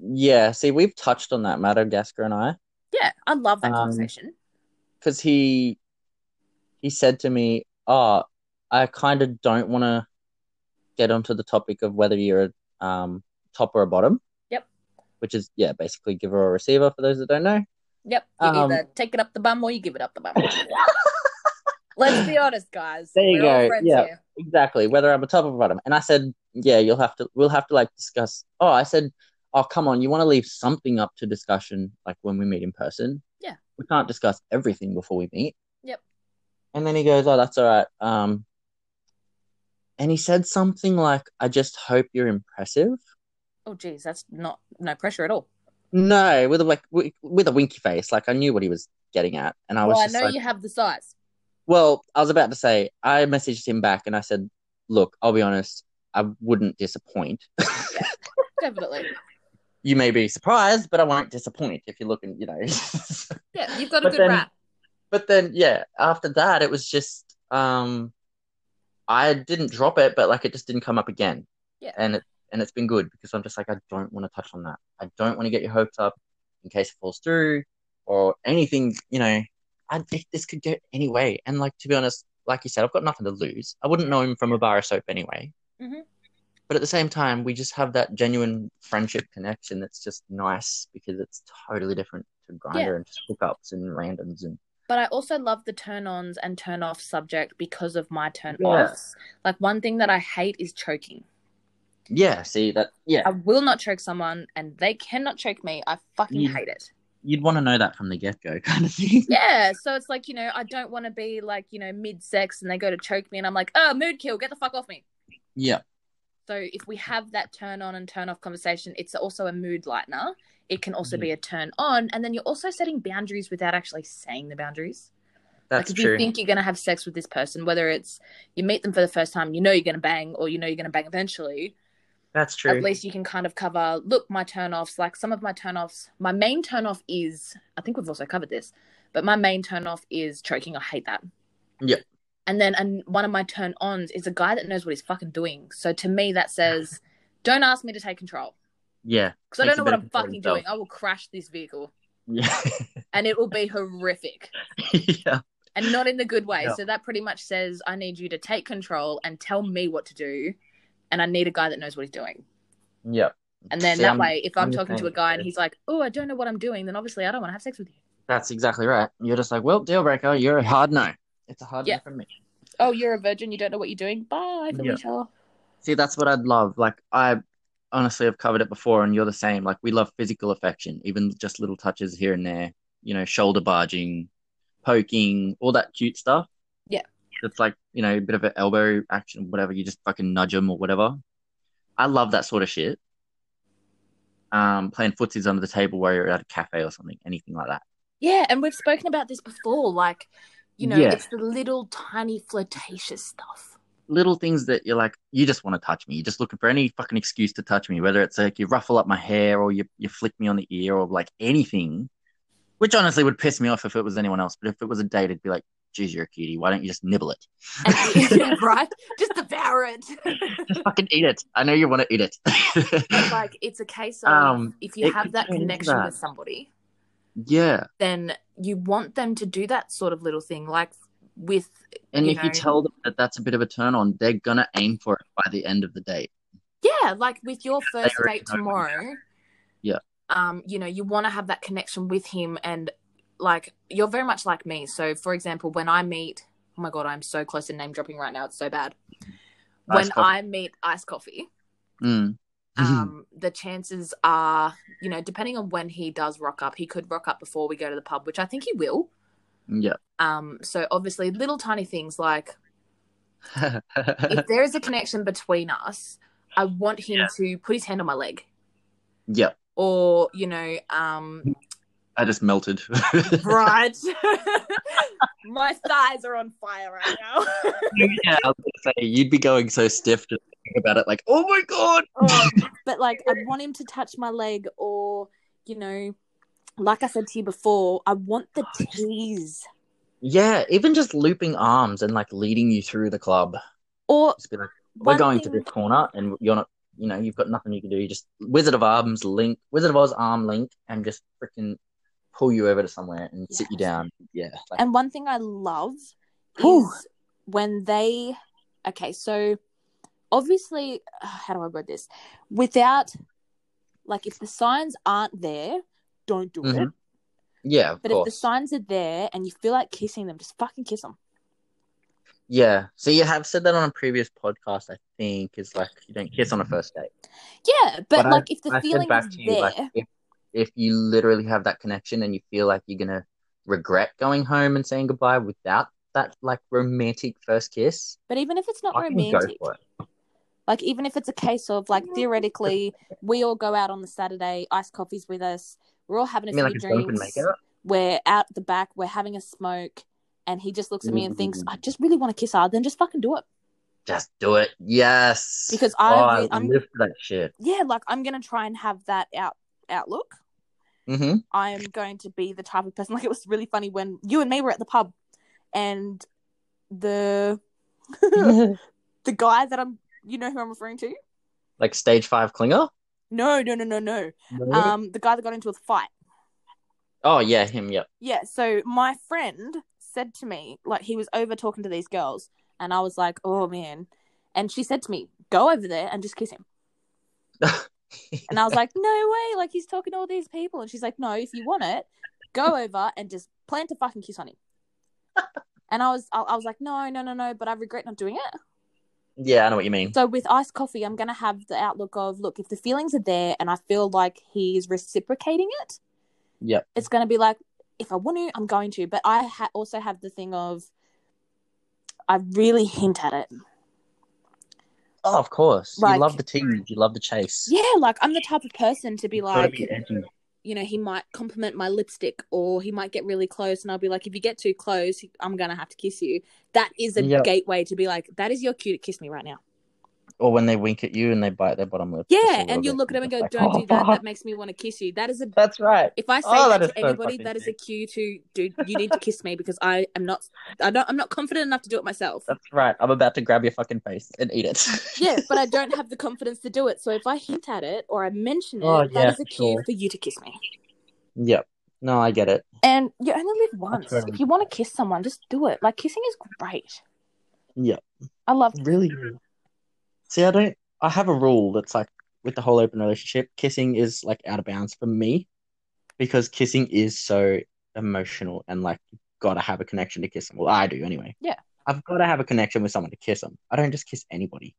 S1: yeah. See, we've touched on that, Madagascar and I.
S2: Yeah, I love that
S1: Um,
S2: conversation.
S1: because he he said to me, "Ah, I kind of don't want to get onto the topic of whether you're a um, top or a bottom."
S2: Yep.
S1: Which is yeah, basically giver or receiver for those that don't know.
S2: Yep, you
S1: um,
S2: either take it up the bum or you give it up the bum. Let's be honest, guys.
S1: There you
S2: We're all
S1: go,
S2: friends
S1: yeah.
S2: here.
S1: Exactly, whether I'm a top or a bottom. And I said, "Yeah, you'll have to. We'll have to like discuss." Oh, I said, "Oh, come on, you want to leave something up to discussion, like when we meet in person."
S2: Yeah.
S1: We can't discuss everything before we meet.
S2: Yep.
S1: And then he goes, "Oh, that's all right." Um, and he said something like, "I just hope you're impressive."
S2: Oh, geez, that's not no pressure at all.
S1: No, with a like wi- with a winky face. Like I knew what he was getting at, and I was
S2: well, I
S1: just
S2: know
S1: like,
S2: you have the size.
S1: "Well, I was about to say." I messaged him back, and I said, "Look, I'll be honest. I wouldn't disappoint.
S2: Definitely.
S1: you may be surprised, but I won't disappoint if you're looking, you know."
S2: Yeah, you've got a
S1: But
S2: good
S1: then-
S2: rap.
S1: but then, yeah, after that, it was just um, I didn't drop it, but like it just didn't come up again.
S2: Yeah.
S1: and it and it's been good because I'm just like I don't want to touch on that. I don't want to get your hopes up in case it falls through or anything. You know, I think this could go any way. And like to be honest, like you said, I've got nothing to lose. I wouldn't know him from a bar of soap anyway.
S2: Mhm.
S1: But at the same time, we just have that genuine friendship connection that's just nice because it's totally different to grinder and just hookups and randoms and
S2: But I also love the turn ons and turn off subject because of my turn
S1: Yeah.
S2: offs. Like, one thing that I hate is choking.
S1: yeah. See that yeah.
S2: I will not choke someone, and they cannot choke me. I fucking
S1: Yeah.
S2: hate it.
S1: you'd want to know that from the get go, kind of thing.
S2: Yeah, so it's like you know, I don't want to be like you know mid sex, and they go to choke me, and I'm like, oh, mood kill, get the fuck off me.
S1: Yeah,
S2: So if we have that turn on and turn off conversation, it's also a mood lightener. It can also
S1: Mm.
S2: be a turn on, and then you're also setting boundaries without actually saying the boundaries.
S1: that's
S2: like if
S1: true.
S2: you think you're gonna have sex with this person, whether it's you meet them for the first time, you know you're gonna bang, or you know you're gonna bang eventually.
S1: that's true.
S2: at least you can kind of cover look my turn-offs like some of my turn-offs my main turn-off is i think we've also covered this but my main turn-off is choking i hate that
S1: Yeah.
S2: and then and one of my turn-ons is a guy that knows what he's fucking doing so to me that says don't ask me to take control
S1: yeah,
S2: because i
S1: Takes
S2: don't know
S1: a
S2: what
S1: bit
S2: i'm
S1: of control
S2: fucking
S1: himself.
S2: doing i will crash this vehicle
S1: yeah,
S2: and it will be horrific
S1: yeah,
S2: and not in the good way
S1: Yeah.
S2: so that pretty much says i need you to take control and tell me what to do and i need a guy that knows what he's doing
S1: yeah.
S2: And then
S1: See,
S2: that
S1: I'm-
S2: way, if I'm,
S1: I'm the
S2: talking to
S1: same.
S2: a guy and he's like, "Oh, I don't know what I'm doing," then obviously I don't want to have sex with you.
S1: That's exactly right. You're just like, well, deal breaker. You're a hard no. It's a hard
S2: Yeah.
S1: no from me.
S2: Oh, you're a virgin. You don't know what you're doing. Bye for
S1: Yeah.
S2: later.
S1: See, that's what I'd love. Like, I honestly have covered it before, and you're the same. Like, we love physical affection, even just little touches here and there. You know, shoulder barging, poking, all that cute stuff.
S2: Yeah.
S1: It's like, you know, a bit of an elbow action, whatever. You just fucking nudge them or whatever. I love that sort of shit. Um, playing footsies under the table where you're at a cafe or something, anything like that.
S2: Yeah, and we've spoken about this before. Like, you know,
S1: Yeah.
S2: it's the little tiny flirtatious stuff.
S1: Little things that you're like, you just want to touch me. You're just looking for any fucking excuse to touch me, whether it's like you ruffle up my hair or you, you flick me on the ear or like anything, which honestly would piss me off if it was anyone else. But if it was a date, it'd be like, geez, you're a cutie. Why don't you just nibble it?
S2: And- yeah, right? Just devour it.
S1: just fucking eat it. I know you want to eat
S2: But,
S1: it.
S2: like, it's a case of
S1: Um,
S2: if you
S1: it
S2: have
S1: could
S2: that
S1: turn into
S2: connection
S1: that.
S2: with somebody,
S1: yeah.
S2: then you want them to do that sort of little thing, like with
S1: And
S2: you
S1: if you
S2: know.
S1: tell them that that's a bit of a turn on, they're going to aim for it by the end of the date.
S2: yeah, like with your first
S1: already
S2: date
S1: know.
S2: tomorrow.
S1: Yeah.
S2: Um, you know, you want to have that connection with him, and like you're very much like me. So, for example, when I meet, oh my god, I'm so close to name dropping right now. It's so bad.
S1: Ice
S2: when
S1: coffee.
S2: I meet Ice Coffee,
S1: Mm.
S2: um, the chances are, you know, depending on when he does rock up, he could rock up before we go to the pub, which I think he will.
S1: yeah.
S2: Um, so obviously, little tiny things like if there is a connection between us, I want him
S1: Yeah.
S2: to put his hand on my leg,
S1: yeah.
S2: or you know, um,
S1: I just melted.
S2: right, my thighs are on fire right now.
S1: yeah. I was going to say, you'd be going so stiff to think about it like, oh my God.
S2: Oh, but like, I want him to touch my leg, or you know, like I said to you before, I want the tease.
S1: Yeah. Even just looping arms and like leading you through the club.
S2: Or
S1: Just be like,
S2: one
S1: we're going
S2: thing-
S1: to this corner and you're not, you know, you've got nothing you can do. You just Wizard of Arms link, Wizard of Oz arm link and just freaking pull you over to somewhere and sit you
S2: Yes.
S1: down. Yeah. Like,
S2: And one thing I love
S1: Whew.
S2: is when they. Okay, so obviously, uh, how do I word this? Without, like, if the signs aren't there, don't do it.
S1: Mhm. yeah, of
S2: But if
S1: course.
S2: the signs are there and you feel like kissing them, just fucking kiss them.
S1: Yeah. So you have said that on a previous podcast, I think, is like you don't kiss on a first date.
S2: Yeah, but,
S1: But I-
S2: like, if the
S1: I said
S2: feeling
S1: back
S2: is
S1: to you,
S2: there,
S1: like if, if you literally have that connection and you feel like you're gonna regret going home and saying goodbye without that like romantic first kiss,
S2: but even if it's not
S1: I can go
S2: romantic,
S1: for it.
S2: like, even if it's a case of, like, theoretically, we all go out on the Saturday, iced coffee's with us, we're all having a
S1: I mean, like
S2: few
S1: a drunk and
S2: drinks.
S1: make out.
S2: we're out the back, we're having a smoke, and he just looks at me and
S1: Mm.
S2: thinks, I just really want to kiss her, then just fucking do it.
S1: Just do it. Yes.
S2: Because I
S1: oh,
S2: re- I'm-
S1: live for that shit.
S2: Yeah, like I'm gonna try and have that out outlook.
S1: Mm-hmm.
S2: I'm going to be the type of person like it was really funny when you and me were at the pub and the the guy that I'm you know who I'm referring to?
S1: like stage five clinger.
S2: No, no, no, no, no. Um the guy that got into a fight.
S1: oh yeah, him. Yep.
S2: Yeah, so my friend said to me, like he was over talking to these girls and I was like, Oh man and she said to me, Go over there and just kiss him. And I was like, no way. Like, he's talking to all these people. And she's like, no, if you want it, go over and just plant a fucking kiss on him. And I was, I, I was like, no, no, no, no, but I regret not doing it.
S1: yeah, I know what you mean.
S2: So with iced coffee, I'm gonna have the outlook of, look, if the feelings are there and I feel like he's reciprocating it,
S1: Yep.
S2: it's gonna be like, if I want to, I'm going to. But I ha- also have the thing of, I really hint at it.
S1: Oh, of course.
S2: Like-
S1: you love the tease. You love the chase.
S2: Yeah, like I'm the type of person to be
S1: Gotta
S2: like,
S1: be edgy.
S2: you know, he might compliment my lipstick or he might get really close and I'll be like, if you get too close, I'm going to have to kiss you. That is a
S1: Yep.
S2: gateway to be like, that is your cue to kiss me right now.
S1: or when they wink at you and they bite their bottom lip. just a
S2: Yeah.
S1: little
S2: And you'll
S1: bit,
S2: look at him and go,
S1: just like,
S2: don't
S1: "Oh,
S2: do that.
S1: fuck."
S2: That makes me want to kiss you. That is a,
S1: That's right.
S2: if I say
S1: Oh,
S2: that,
S1: that
S2: to
S1: is so
S2: anybody,
S1: fucking
S2: that is a
S1: sick.
S2: cue to, dude, you need to kiss me because I am not, I don't, I'm not confident enough to do it myself.
S1: That's right. I'm about to grab your fucking face and eat it.
S2: Yeah, but I don't have the confidence to do it. So if I hint at it or I mention it,
S1: Oh, yeah,
S2: that is a
S1: for
S2: cue
S1: sure.
S2: for you to kiss me.
S1: Yep. No, I get it.
S2: And you only live once.
S1: totally
S2: If you want to kiss someone, just do it. Like kissing is great.
S1: Yep.
S2: I love
S1: Really. See, I don't. I have a rule that's like with the whole open relationship, kissing is like out of bounds for me because kissing is so emotional and like you've got to have a connection to kiss them. Well, I do anyway.
S2: Yeah.
S1: I've got to have a connection with someone to kiss them. I don't just kiss anybody.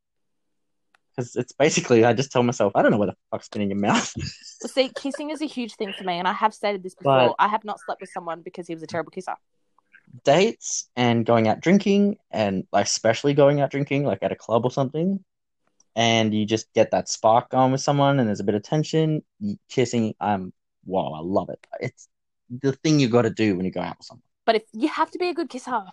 S1: Because it's basically, I just tell myself, I don't know what the fuck's been in your mouth.
S2: Well, see, kissing is a huge thing for me, and I have stated this before.
S1: But-
S2: I have not slept with someone because he was a terrible kisser.
S1: dates and going out drinking and like especially going out drinking like at a club or something and you just get that spark going with someone and there's a bit of tension y- kissing i'm wow i love it it's the thing you got to do when you go out with someone
S2: But if you have to be a good kisser,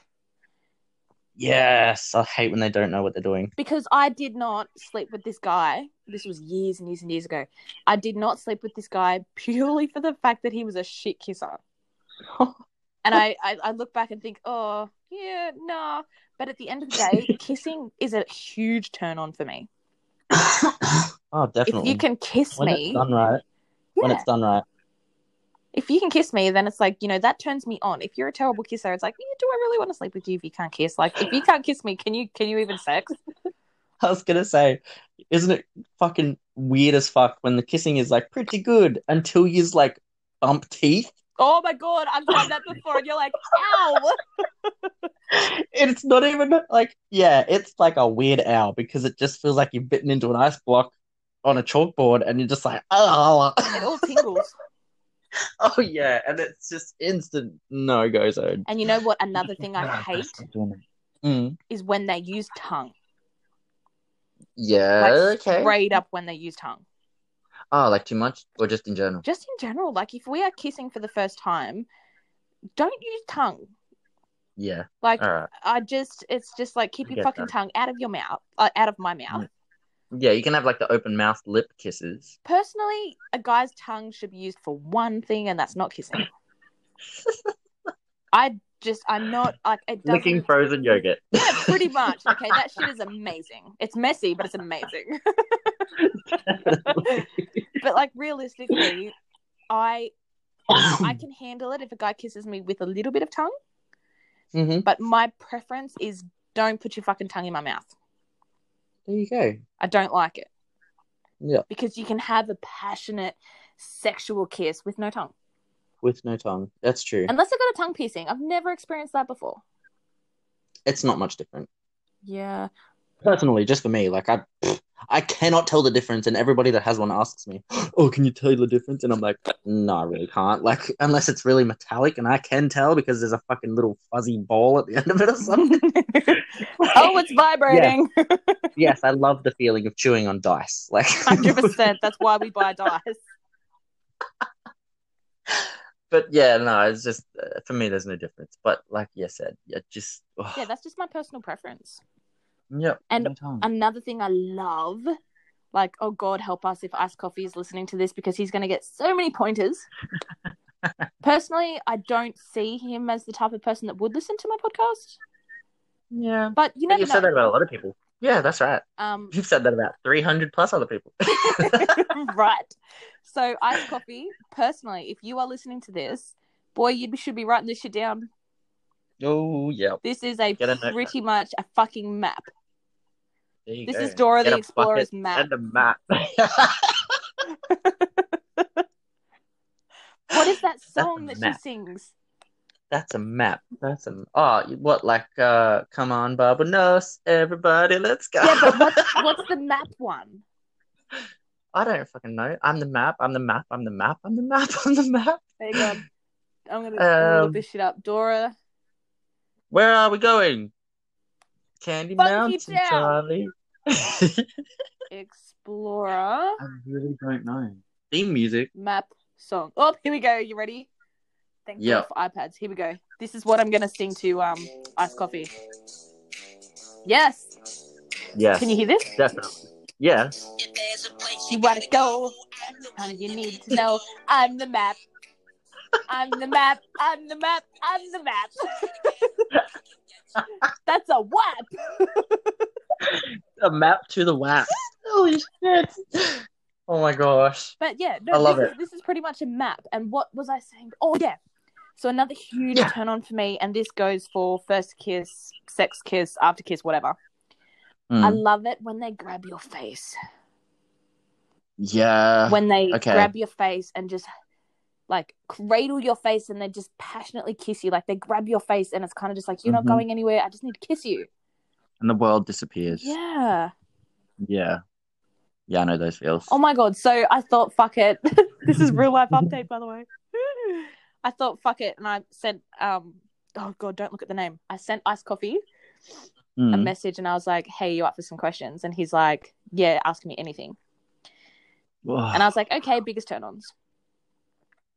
S1: yes i hate when they don't know what they're doing
S2: because I did not sleep with this guy. This was years and years and years ago. I did not sleep with this guy purely for the fact that he was a shit kisser. And I, I, I look back and think, oh, yeah, nah. But at the end of the day, kissing is a huge turn on for me.
S1: oh
S2: If
S1: definitely
S2: you can kiss
S1: when
S2: me,
S1: it's done right when
S2: yeah.
S1: it's done right
S2: if you can kiss me, then it's like, you know, that turns me on. If you're a terrible kisser, it's like, yeah, do I really want to sleep with you if you can't kiss? Like, if you can't kiss me, can you can you even sex?
S1: I was gonna say, isn't it fucking weird as fuck when the kissing is like pretty good until you like bump teeth?
S2: Oh my god, I've done that before, and you're like, ow.
S1: It's not even like yeah, it's like a weird owl because it just feels like you've bitten into an ice block on a chalkboard and you're just like oh,
S2: It all tingles.
S1: oh yeah, and it's just instant no go zone.
S2: And you know what? Another thing I hate
S1: Mm.
S2: is when they use tongue.
S1: Yeah,
S2: Like
S1: okay.
S2: straight up when they use tongue.
S1: Oh, like too much or just in general?
S2: Just in general, like if we are kissing for the first time, don't use tongue.
S1: Yeah.
S2: Like
S1: All right.
S2: I just, it's just like keep
S1: I
S2: your
S1: get
S2: fucking
S1: that.
S2: tongue out of your mouth, uh, out of my mouth.
S1: Mm. Yeah, you can have like the open mouth lip kisses.
S2: Personally, a guy's tongue should be used for one thing, and that's not kissing. I just, I'm not like it doesn't.
S1: Licking frozen yogurt.
S2: Yeah, pretty much. Okay, that shit is amazing. It's messy, but it's amazing. but like realistically, I I can handle it if a guy kisses me with a little bit of tongue,
S1: hmm
S2: but my preference is don't put your fucking tongue in my mouth.
S1: There you go.
S2: I don't like it.
S1: Yeah.
S2: Because you can have a passionate sexual kiss with no tongue.
S1: With no tongue. That's true.
S2: Unless I got a tongue piercing. I've never experienced that before.
S1: It's not much different.
S2: Yeah.
S1: Personally, just for me, like I I cannot tell the difference and everybody that has one asks me, "Oh, can you tell the difference?" and I'm like, "No, I really can't." Like unless it's really metallic and I can tell because there's a fucking little fuzzy ball at the end of it or something.
S2: oh, it's vibrating.
S1: yes, I love the feeling of chewing on dice. Like
S2: 100%. That's why we buy dice.
S1: But yeah, no, it's just uh, for me there's no difference. But like you said, yeah, just oh,
S2: Yeah, that's just my personal preference.
S1: yep,
S2: and
S1: no tongue.
S2: another thing I love, like, oh God, help us if Ice Coffee is listening to this because he's going to get so many pointers. Personally, I don't see him as the type of person that would listen to my podcast,
S1: yeah.
S2: but you
S1: But
S2: never
S1: you've said that
S2: know.
S1: about a lot of people. Yeah, that's right.
S2: Um,
S1: You've said that about 300 plus other people.
S2: right. So, Ice Coffee, personally, if you are listening to this, boy, you should be writing this shit down.
S1: oh, yeah.
S2: This is a
S1: Get a notepad.
S2: pretty much a fucking map.
S1: There you
S2: This
S1: go.
S2: is Dora
S1: Get
S2: the
S1: a
S2: Explorer's
S1: bucket
S2: map.
S1: And a map.
S2: What is that
S1: a
S2: song that she
S1: map.
S2: sings?
S1: That's a map. That's a. Oh, what, like, uh, come on, Barbanos, everybody, let's go.
S2: Yeah, but what's, what's the map one?
S1: I don't fucking know. I'm the map. I'm the map. I'm the map. I'm the map. I'm the map.
S2: Hang on. I'm gonna, I'm gonna
S1: Um,
S2: look this shit up. Dora.
S1: Where are we going? Candy
S2: Funky
S1: Mountain,
S2: Town.
S1: Charlie. I
S2: Explorer
S1: really don't know. Theme music.
S2: map song. Oh, here we go. You ready? Thank you
S1: Yeah.
S2: for iPads. Here we go. This is what I'm gonna sing to um Ice Coffee. Yes.
S1: Yes.
S2: Can you hear this?
S1: Definitely. Yeah.
S2: You wanna go? Honey, you need to know. I'm the map. I'm the map. I'm the map. I'm the map. That's a what?
S1: a map to the WAP. Holy shit. Oh my gosh.
S2: But yeah, no,
S1: I love
S2: this, is this is pretty much a map. And what was I saying? Oh yeah. So another huge
S1: Yeah.
S2: turn on for me, and this goes for first kiss, sex kiss, after kiss, whatever.
S1: Hmm.
S2: I
S1: Mm.
S2: love it when they grab your face,
S1: yeah.
S2: when they
S1: Uh, okay.
S2: grab your face and just like cradle your face, and they just passionately kiss you. Like they grab your face, and it's kind of just like you're not
S1: Mhm.
S2: going anywhere. I just need to kiss you.
S1: and the world disappears.
S2: Yeah.
S1: Yeah. Yeah, I know those feels.
S2: Oh my god. So I thought, fuck it. this is real life update, by the way. I thought, fuck it, and I sent um oh god, don't look at the name. I sent Ice Coffee a
S1: Mm.
S2: message and I was like, "Hey, you up for some questions?" And he's like, "Yeah, ask me anything." And I was like, "Okay, biggest turn ons."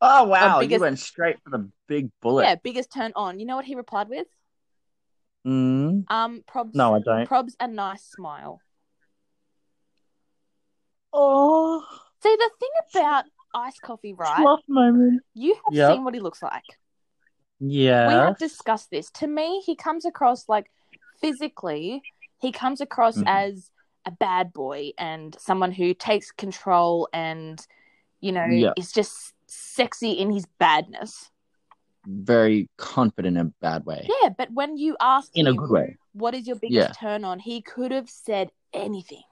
S1: oh wow, you
S2: biggest-
S1: went straight for the big bullet.
S2: Yeah, biggest turn on. You know what he replied with?
S1: Mm.
S2: Um, probs.
S1: No, I don't.
S2: Probs a nice smile.
S1: Oh,
S2: See the thing about Ice Coffee, right?
S1: fluff moment.
S2: You have
S1: Yep.
S2: seen what he looks like. we
S1: Yeah.
S2: have discussed this. To me, he comes across like physically, he comes across
S1: Mhm.
S2: as a bad boy and someone who takes control and, you know,
S1: Yeah.
S2: is just sexy in his badness.
S1: Very confident in a bad way.
S2: Yeah, but when you ask
S1: In a
S2: him,
S1: good way.
S2: what is your biggest
S1: Yeah.
S2: turn on, he could have said anything.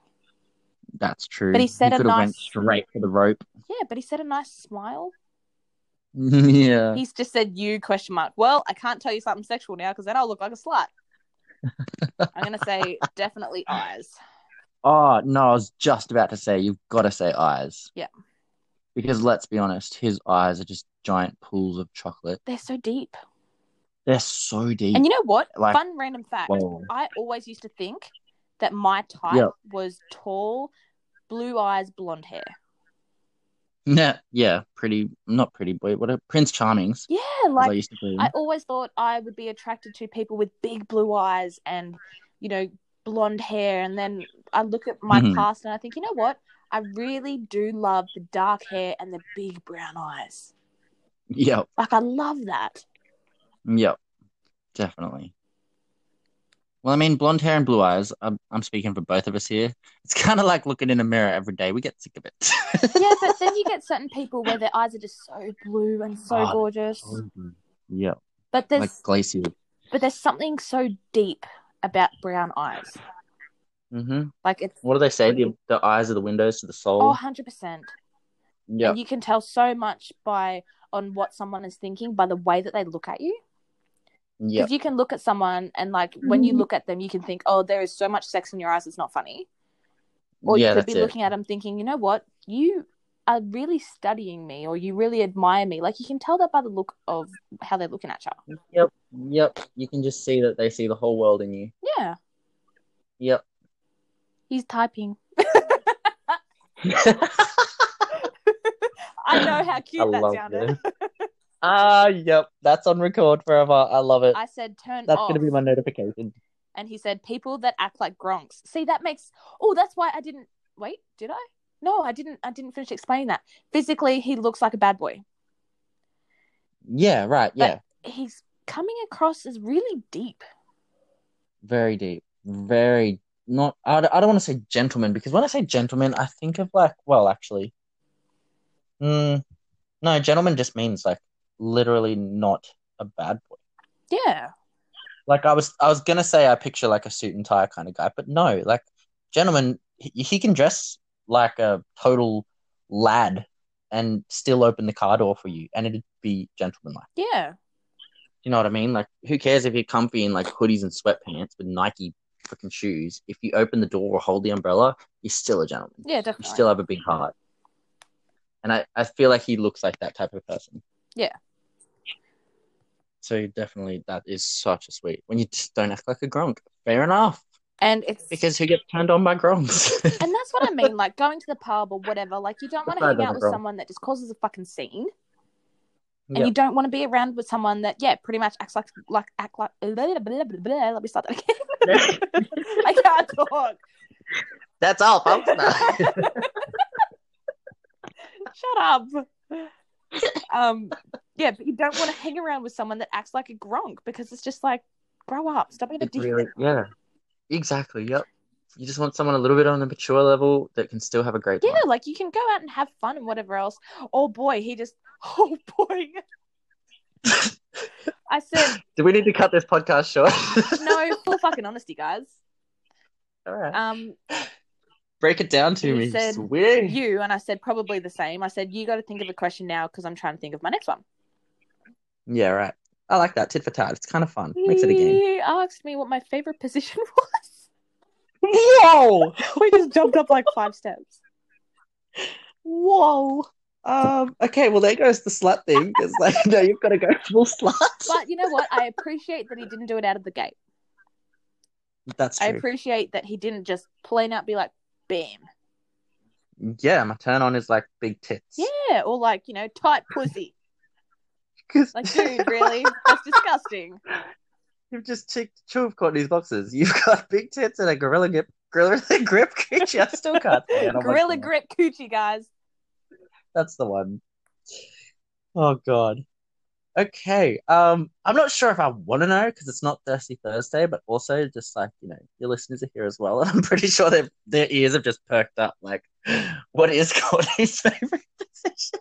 S1: That's true.
S2: But he said a
S1: could have went
S2: nice-
S1: straight for the rope.
S2: Yeah, but he said a nice smile.
S1: yeah.
S2: He's just said you question mark. Well, I can't tell you something sexual now because then I'll look like a slut. I'm gonna say definitely eyes.
S1: Oh no, I was just about to say you've got to say eyes.
S2: Yeah.
S1: Because let's be honest, his eyes are just giant pools of chocolate.
S2: They're so deep.
S1: They're so deep.
S2: And you know what?
S1: Like-
S2: Fun random fact.
S1: Whoa.
S2: I always used to think that my type
S1: Yeah.
S2: was tall, blue eyes, blonde hair.
S1: Yeah, yeah, pretty, not pretty boy. What a Prince Charming's.
S2: Yeah,
S1: as I
S2: like
S1: used to play him.
S2: I always thought I would be attracted to people with big blue eyes and, you know, blonde hair. And then I look at my
S1: Mhm.
S2: past and I think, you know what? I really do love the dark hair and the big brown eyes.
S1: Yep,
S2: Like I love that.
S1: yep, definitely. Well, I mean, blonde hair and blue eyes. I'm, I'm speaking for both of us here. It's kind of like looking in a mirror every day. We get sick of it.
S2: yeah, but then you get certain people where their eyes are just so blue and so
S1: Oh, they're
S2: gorgeous.
S1: yeah,
S2: But there's
S1: like glacial.
S2: but there's something so deep about brown eyes.
S1: Mm-hmm.
S2: Like it's
S1: What do they say? The, the eyes are the windows to the soul.
S2: oh, 100%.
S1: yeah,
S2: And you can tell so much by on what someone is thinking by the way that they look at you.
S1: yeah,
S2: Because you can look at someone and like when you look at them, you can think, oh, there is so much sex in your eyes, it's not funny. Or
S1: yeah.
S2: you could
S1: That's
S2: be
S1: it.
S2: looking at them thinking, you know what, you are really studying me or you really admire me. Like you can tell that by the look of how they're looking at you.
S1: Yep, yep. You can just see that they see the whole world in you.
S2: Yeah,
S1: Yep.
S2: he's typing. I know how cute that sounded.
S1: this. Ah, yep. That's on record forever. I love it.
S2: I oh. said, turn
S1: That's
S2: off.
S1: gonna be my notification.
S2: and he said people that act like gronks see that makes oh that's why i didn't wait did i no i didn't i didn't finish explaining that physically he looks like a bad boy
S1: Yeah, right.
S2: But-
S1: Yeah,
S2: he's coming across as really deep
S1: very deep. Very not. I, d- I don't want to say gentleman because when I say gentleman, I think of like well, actually, mm, no, gentleman just means like literally not a bad boy.
S2: yeah
S1: Like I was, I was gonna say I picture like a suit and tie kind of guy, but no, like gentleman, he, he can dress like a total lad and still open the car door for you, and it'd be gentlemanlike.
S2: yeah
S1: You know what I mean? Like, who cares if you're comfy in like hoodies and sweatpants with Nike freaking shoes? If you open the door or hold the umbrella, you're still a gentleman.
S2: yeah
S1: You
S2: definitely
S1: still have a big heart. And I, I feel like he looks like that type of person.
S2: Yeah.
S1: So definitely, that is such a sweet. When you just don't act like a gronk, fair enough.
S2: and it's
S1: Because who gets turned on by gronks?
S2: and that's what i mean like going to the pub or whatever like you don't want to
S1: Sorry
S2: hang
S1: about
S2: out
S1: that,
S2: with
S1: Ron.
S2: someone that just causes a fucking scene and
S1: Yep.
S2: you don't want to be around with someone that yeah pretty much acts like like act like blah, blah, blah, blah, blah. let me start that again i can't talk
S1: That's all, folks. No.
S2: Shut up. um, yeah, but you don't want to hang around with someone that acts like a gronk because it's just like, grow up, stop being a
S1: It's
S2: dick.
S1: really, yeah, exactly. Yep. You just want someone a little bit on the mature level that can still have a great
S2: Yeah,
S1: time.
S2: like you can go out and have fun and whatever else. Oh boy, he just. Oh boy. I said
S1: Do we need to cut this podcast short?
S2: no, full fucking honesty, guys.
S1: All right.
S2: Um,
S1: Break it down to
S2: he
S1: me.
S2: said,
S1: Sweet.
S2: you and I said probably the same. I said you got to think of a question now because I'm trying to think of my next one.
S1: Yeah, right. I like that tit for tat. It's kind of fun. Makes it a game.
S2: He asked me what my favorite position was.
S1: Whoa!
S2: we just jumped up like five steps.
S1: Whoa! Um, okay, well there goes the slut thing. It's like no, you've got to go full slut.
S2: But you know what? I appreciate that he didn't do it out of the gate.
S1: That's
S2: I
S1: true.
S2: appreciate that he didn't just plain out be like, bam.
S1: yeah, my turn on is like big tits.
S2: Yeah. Or like, you know, tight pussy.
S1: 'Cause
S2: Like, dude, really? That's disgusting.
S1: you've just ticked two of Courtney's boxes. You've got big tits and a gorilla grip. Gorilla grip coochie. I still can't. say it. I'm like,
S2: Gorilla
S1: "No,
S2: grip coochie, guys.
S1: That's the one. Oh God. Okay. Um, I'm not sure if I want to know because it's not Thirsty Thursday, but also just like you know, your listeners are here as well, and I'm pretty sure their their ears have just perked up. Like, what is Courtney's favorite position?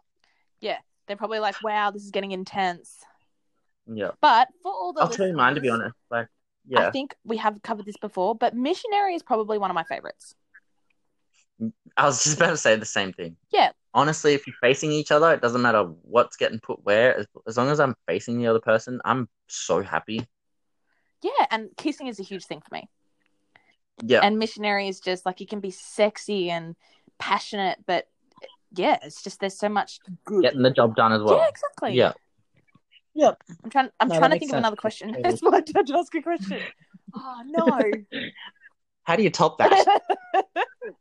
S2: They're probably like, wow, this is getting intense.
S1: Yeah,
S2: But for all the
S1: I'll tell you mine to be
S2: listeners,
S1: honest. Like, yeah,
S2: I think we have covered this before, but missionary is probably one of my favorites.
S1: I was just about to say the same thing.
S2: Yeah.
S1: Honestly, if you're facing each other, it doesn't matter what's getting put where. As, as long as I'm facing the other person, I'm so happy.
S2: Yeah, and kissing is a huge thing for me.
S1: Yeah.
S2: And missionary is just like it can be sexy and passionate, but yeah, it's just there's so much good.
S1: Getting the job done as well.
S2: yeah, exactly.
S1: Yeah. Yep.
S2: I'm trying. I'm
S1: No, that
S2: trying to
S1: makes
S2: think of
S1: sense.
S2: another question.
S1: Totally.
S2: That's why I tried to ask a question. Oh no!
S1: How do you top that?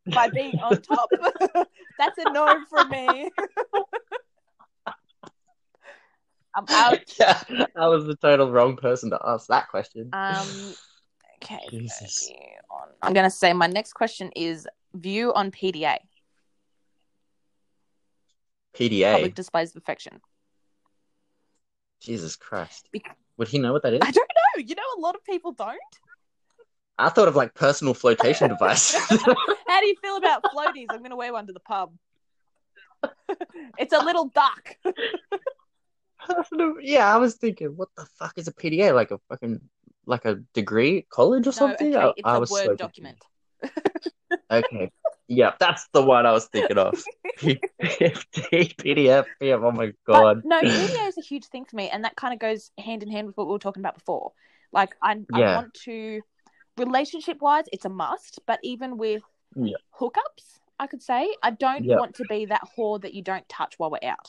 S2: By being on top, that's a no for me. I'm out.
S1: yeah, I was the total wrong person to ask that question.
S2: Um, okay.
S1: Jesus.
S2: view On, I'm going to say my next question is view on PDA,
S1: PDA.
S2: public displays of affection.
S1: Jesus Christ.
S2: Bec-
S1: Would he know what that is?
S2: I don't know. You know, a lot of people don't.
S1: I thought of like personal flotation device.
S2: How do you feel about floaties? I'm going to wear one to the pub. it's a little duck.
S1: Personal- yeah, I was thinking, what the fuck is a PDA? Like a fucking like a degree at college
S2: No,
S1: or something?
S2: okay, it's
S1: a
S2: a Word document.
S1: Okay. Yeah, that's the one I was thinking of. P- PFD, PDF, PM. Oh my god.
S2: But, no, PDA is a huge thing for me, and that kind of goes hand in hand with what we were talking about before. Like, I, I
S1: Yeah.
S2: want to, relationship wise, it's a must, but even with
S1: Yeah.
S2: hookups, I could say, I don't
S1: Yeah.
S2: want to be that whore that you don't touch while we're out.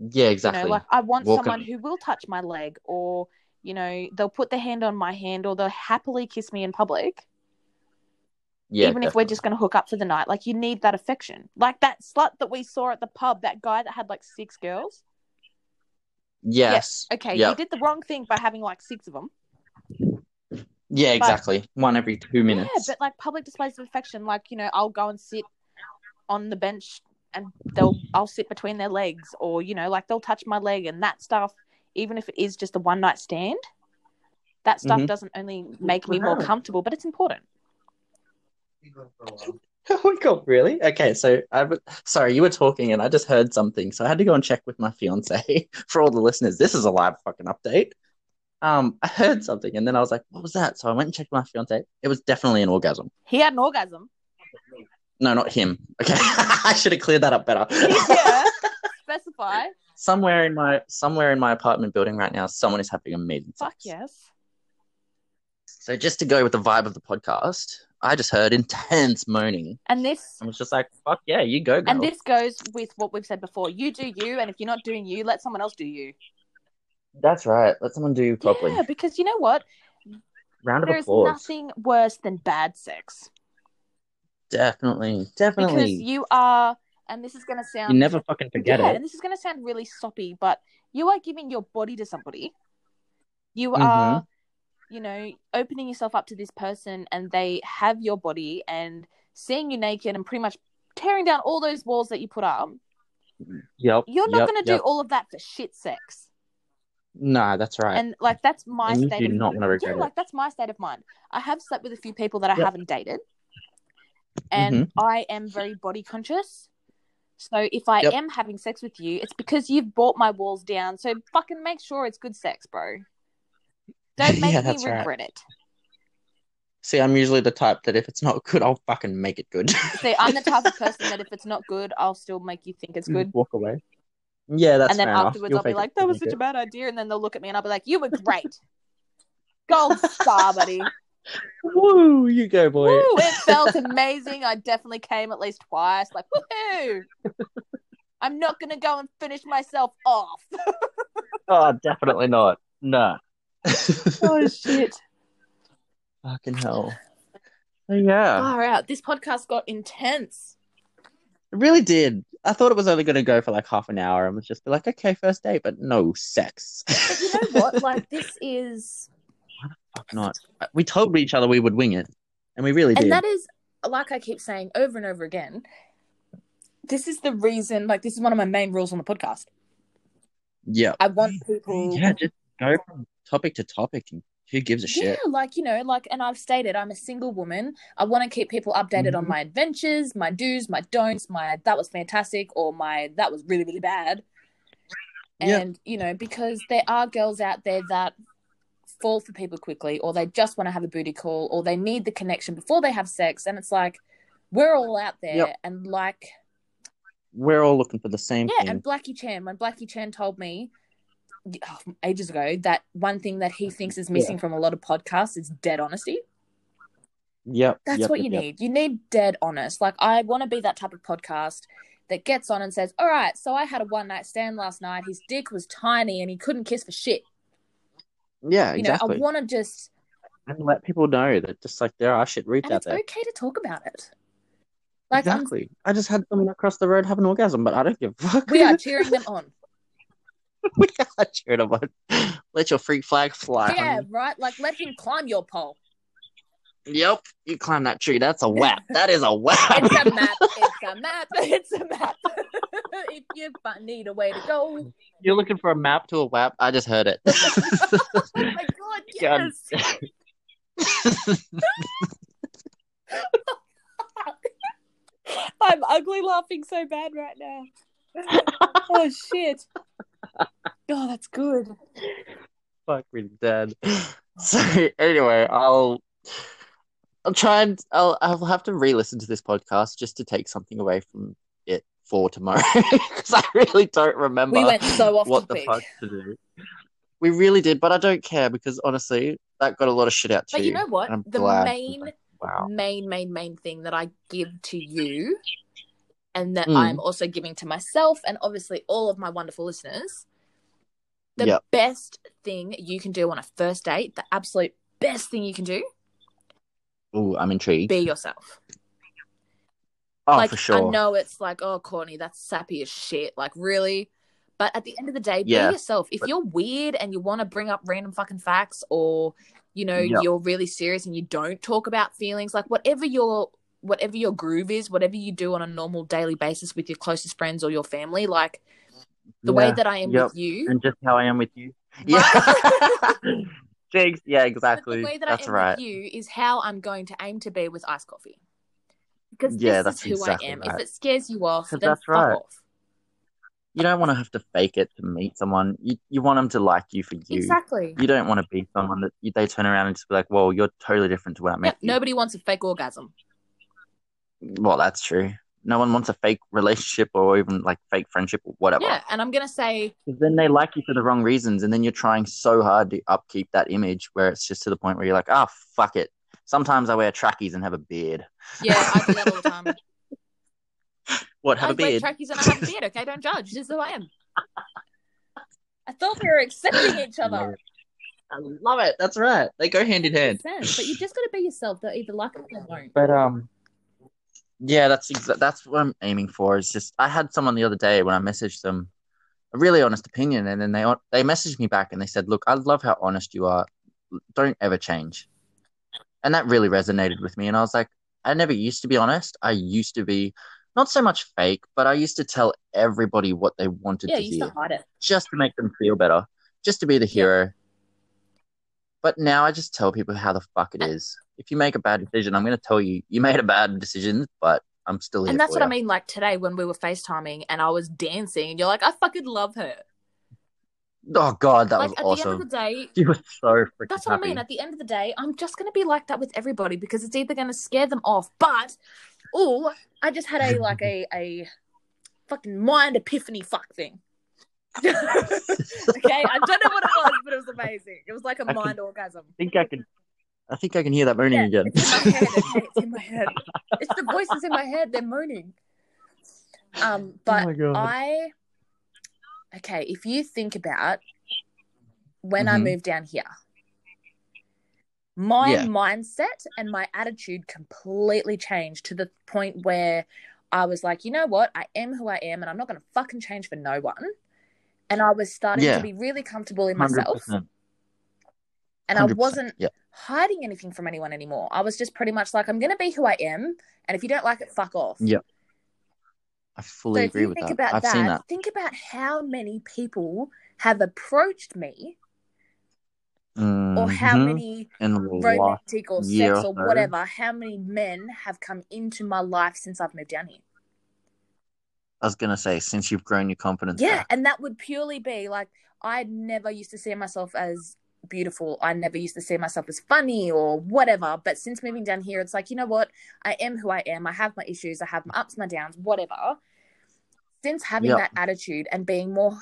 S1: Yeah,
S2: You
S1: exactly.
S2: know, like, I want
S1: Walk
S2: someone
S1: up-
S2: who will touch my leg, or, you know, they'll put their hand on my hand, or they'll happily kiss me in public,
S1: yeah,
S2: even if we're just going to hook up for the night. Like, you need that affection. Like that slut that we saw at the pub, that guy that had like six girls.
S1: yes.
S2: Okay,
S1: Yeah.
S2: you did the wrong thing by having like six of them.
S1: Yeah,
S2: But-
S1: exactly. One every two minutes.
S2: Yeah, but like public displays of affection, like you know, I'll go and sit on the bench, and they'll I'll sit between their legs, or you know, like they'll touch my leg and that stuff. Even if it is just a one night stand, that stuff
S1: Mhm.
S2: doesn't only make me more
S1: Wow.
S2: comfortable, but it's important.
S1: Oh my god, really? Okay, so I w- sorry, you were talking and I just heard something, so I had to go and check with my fiance for all the listeners. This is a live fucking update. Um, I heard something and then I was like, what was that? So I went and checked my fiance. It was definitely an orgasm.
S2: He had an orgasm.
S1: No, not him. Okay. I should have cleared that up better.
S2: yeah, specify.
S1: somewhere in my somewhere in my apartment building right now, someone is having amazing
S2: Fuck
S1: sex.
S2: yes.
S1: So just to go with the vibe of the podcast, I just heard intense moaning.
S2: And this
S1: I was just like, fuck yeah, you go, girl.
S2: and this goes with what we've said before. You do you, and if you're not doing you, let someone else do you.
S1: That's right. Let someone do you properly.
S2: Yeah, because you know what?
S1: Round of
S2: There is
S1: applause.
S2: nothing worse than bad sex.
S1: Definitely,
S2: because
S1: definitely. You
S2: you are, and this is going to sound
S1: never fucking forget
S2: yeah,
S1: it.
S2: and this is going to sound really soppy, but you are giving your body to somebody. You
S1: Mhm.
S2: are, you know, opening yourself up to this person, and they have your body and seeing you naked and pretty much tearing down all those walls that you put up.
S1: Yep.
S2: You're not
S1: yep,
S2: going to do
S1: yep.
S2: all of that for shit sex,
S1: No, that's right.
S2: and like that's my
S1: And you
S2: state.
S1: do
S2: of,
S1: not wanna regret
S2: yeah,
S1: it.
S2: like that's my state of mind. I have slept with a few people that I
S1: Yep.
S2: haven't dated, and
S1: Mm-hmm.
S2: I am very body conscious. So if I
S1: Yep.
S2: am having sex with you, it's because you've brought my walls down. So fucking make sure it's good sex, bro. Don't
S1: Yeah,
S2: make me
S1: that's right.
S2: regret it.
S1: See, I'm usually the type that if it's not good, I'll fucking make it good.
S2: See, I'm the type of person that if it's not good, I'll still make you think it's good.
S1: Walk away. Yeah, Mm, that's
S2: and then
S1: fair enough.
S2: afterwards,
S1: You'll
S2: I'll be
S1: fake it
S2: like,
S1: till
S2: that
S1: you
S2: was
S1: make
S2: such a
S1: it.
S2: bad idea. And then they'll look at me and I'll be like, you were great. Gold star, buddy.
S1: Woo, you go, boy.
S2: Woo, it felt amazing. I definitely came at least twice. Like, woohoo. I'm not gonna go and finish myself off.
S1: Oh, definitely not. No.
S2: oh shit!
S1: Fucking hell. So, yeah.
S2: Far out. This podcast got intense.
S1: It really did. I thought it was only going to go for like half an hour and was just be like, okay, first date, but no sex.
S2: But you know what? Like this is,
S1: Fuck not. uh, We told each other we would wing it, and we really
S2: and
S1: did.
S2: that is like I keep saying over and over again. This is the reason. Like this is one of my main rules on the podcast.
S1: yeah.
S2: I want people.
S1: Yeah, just go from topic to topic and who gives a
S2: Yeah,
S1: shit?
S2: like you know, like, and I've stated I'm a single woman. I want to keep people updated on
S1: Mhm.
S2: my adventures, my do's, my don'ts, my that was fantastic or my that was really really bad.
S1: Yeah.
S2: And you know, because there are girls out there that fall for people quickly, or they just want to have a booty call, or they need the connection before they have sex, and it's like we're all out there,
S1: Yep.
S2: and like
S1: We're all looking for the same
S2: yeah,
S1: thing.
S2: and Blackie Chan, when Blackie Chan told me oh, ages ago that one thing that he thinks is missing from a lot of podcasts is dead honesty.
S1: Yep.
S2: That's
S1: yep,
S2: what
S1: yep,
S2: you
S1: yep.
S2: need. You need dead honest. Like I want to be that type of podcast that gets on and says, "All right, so I had a one night stand last night. His dick was tiny and he couldn't kiss for shit."
S1: Yeah,
S2: You
S1: exactly.
S2: know, I want to just
S1: And let people know that just like there are shit roots
S2: and
S1: out
S2: it's
S1: there.
S2: okay to talk about it. Like I'm-
S1: exactly. i just had someone across the road have an orgasm, but I don't give a fuck.
S2: we are cheering them on.
S1: we are cheering them on. Let your freak flag fly.
S2: yeah,
S1: honey.
S2: right. Like let him climb your pole.
S1: Yep. You climb that tree. That's a whap. That is a whap.
S2: It's a map. It's a map. It's a map. if you bu- need a way to go,
S1: You're looking for a map to a whap. I just heard it.
S2: oh my god,
S1: God.
S2: yes. I'm ugly laughing so bad right now. oh shit. Oh, that's good.
S1: Fuck me dead. So anyway, I'll I'll try and I'll I'll have to re-listen to this podcast just to take something away from it for tomorrow because I really don't remember
S2: We went so off
S1: what the
S2: topic.
S1: fuck to do. We really did, but I don't care because honestly, that got a lot of shit out
S2: But
S1: too.
S2: you know what?
S1: and I'm
S2: the
S1: glad.
S2: main,
S1: Wow.
S2: main, main, main thing that I give to you and that
S1: Mm.
S2: I'm also giving to myself and obviously all of my wonderful listeners, the
S1: Yep.
S2: best thing you can do on a first date, the absolute best thing you can do,
S1: Ooh, I'm intrigued.
S2: be yourself.
S1: oh,
S2: like
S1: for sure.
S2: I know it's like, oh Courtney, that's sappy as shit. Like really. But at the end of the day,
S1: Yeah.
S2: be yourself. If
S1: But-
S2: you're weird and you want to bring up random fucking facts or you know,
S1: Yeah.
S2: you're really serious and you don't talk about feelings, like whatever your whatever your groove is, whatever you do on a normal daily basis with your closest friends or your family, like the way
S1: Yeah.
S2: that I am
S1: Yep.
S2: with you,
S1: and just how I am with you. Yeah.
S2: Right?
S1: Jinx. Yeah,
S2: but
S1: exactly.
S2: the way that
S1: That's
S2: I am
S1: right.
S2: with you is how I'm going to aim to be with iced coffee. Because
S1: Yeah,
S2: this
S1: that's
S2: is who
S1: exactly
S2: I am. If
S1: right.
S2: it scares you off,
S1: 'Cause
S2: then
S1: that's
S2: fuck
S1: right.
S2: off.
S1: you don't want to have to fake it to meet someone. You you want them to like you for you.
S2: Exactly.
S1: You don't want to be someone that you, they turn around and just be like, "Whoa, you're totally different to what I
S2: Yep,
S1: met." you."
S2: nobody wants a fake orgasm.
S1: Well, that's true. No one wants a fake relationship or even like fake friendship or whatever.
S2: Yeah, and I'm gonna say
S1: 'Cause then they like you for the wrong reasons, and then you're trying so hard to upkeep that image where it's just to the point where you're like, "Ah, fuck it." Sometimes I wear trackies and have a beard.
S2: yeah, I do that all the time.
S1: What? Have
S2: I
S1: a beard?
S2: wear trackies and I have a beard. Okay, don't judge. This is who I am. I thought we were accepting each
S1: Love
S2: other.
S1: it. I love it. That's right. They go hand in hand.
S2: Sense, but you just gotta be yourself. They'll either like it or they won't.
S1: But um, yeah, that's exa- that's what I'm aiming for. Is just I had someone the other day when I messaged them a really honest opinion, and then they on- they messaged me back and they said, "Look, I love how honest you are. Don't ever change." And that really resonated with me. And I was like, I never used to be honest. I used to be not so much fake, but I used to tell everybody what they wanted
S2: Yeah,
S1: to
S2: you used
S1: hear
S2: to hide it.
S1: just to make them feel better, just to be the hero. But now I just tell people how the fuck it is. If you make a bad decision, I'm going to tell you you made a bad decision, but I'm still here.
S2: And that's
S1: for
S2: what I
S1: ya.
S2: mean. Like today when we were FaceTiming and I was dancing, and you're like, I fucking love her.
S1: Oh god, that
S2: like
S1: was
S2: at the end
S1: awesome.
S2: of the day,
S1: You were so freaking
S2: that's what
S1: happy.
S2: I mean. At the end of the day, I'm just gonna be like that with everybody because it's either gonna scare them off, but or I just had a like a a fucking mind epiphany fuck thing. okay, I don't know what it was, but it was amazing. It was like a
S1: I can-
S2: mind orgasm.
S1: I think I can. I think I can hear that moaning
S2: Yeah,
S1: again.
S2: It's in my head. Okay, it's in my head. It's the voices in my head. They're moaning. Um,
S1: oh
S2: but
S1: my god.
S2: I, okay, if you think about when I
S1: Mhm.
S2: moved down here, my
S1: Yeah.
S2: mindset and my attitude completely changed to the point where I was like, you know what? I am who I am and I'm not going to fucking change for no one. And I was starting
S1: Yeah.
S2: to be really comfortable in
S1: 100%.
S2: myself. And I
S1: 100%.
S2: wasn't
S1: Yeah.
S2: hiding anything from anyone anymore. I was just pretty much like, I'm going to be who I am. And if you don't like it, fuck off.
S1: Yeah, I fully
S2: so if
S1: agree
S2: you
S1: with
S2: think
S1: that.
S2: about
S1: I've
S2: that,
S1: seen that.
S2: think about how many people have approached me or how
S1: Mhm.
S2: many
S1: in the last
S2: romantic or
S1: year
S2: sex or
S1: or so.
S2: whatever, how many men have come into my life since I've moved down here.
S1: I was gonna say since you've grown your confidence
S2: Yeah,
S1: back.
S2: and that would purely be like I never used to see myself as beautiful. I never used to see myself as funny or whatever. But since moving down here, it's like you know what? I am who I am. I have my issues. I have my ups, my downs, whatever. Since having
S1: Yep.
S2: that attitude and being more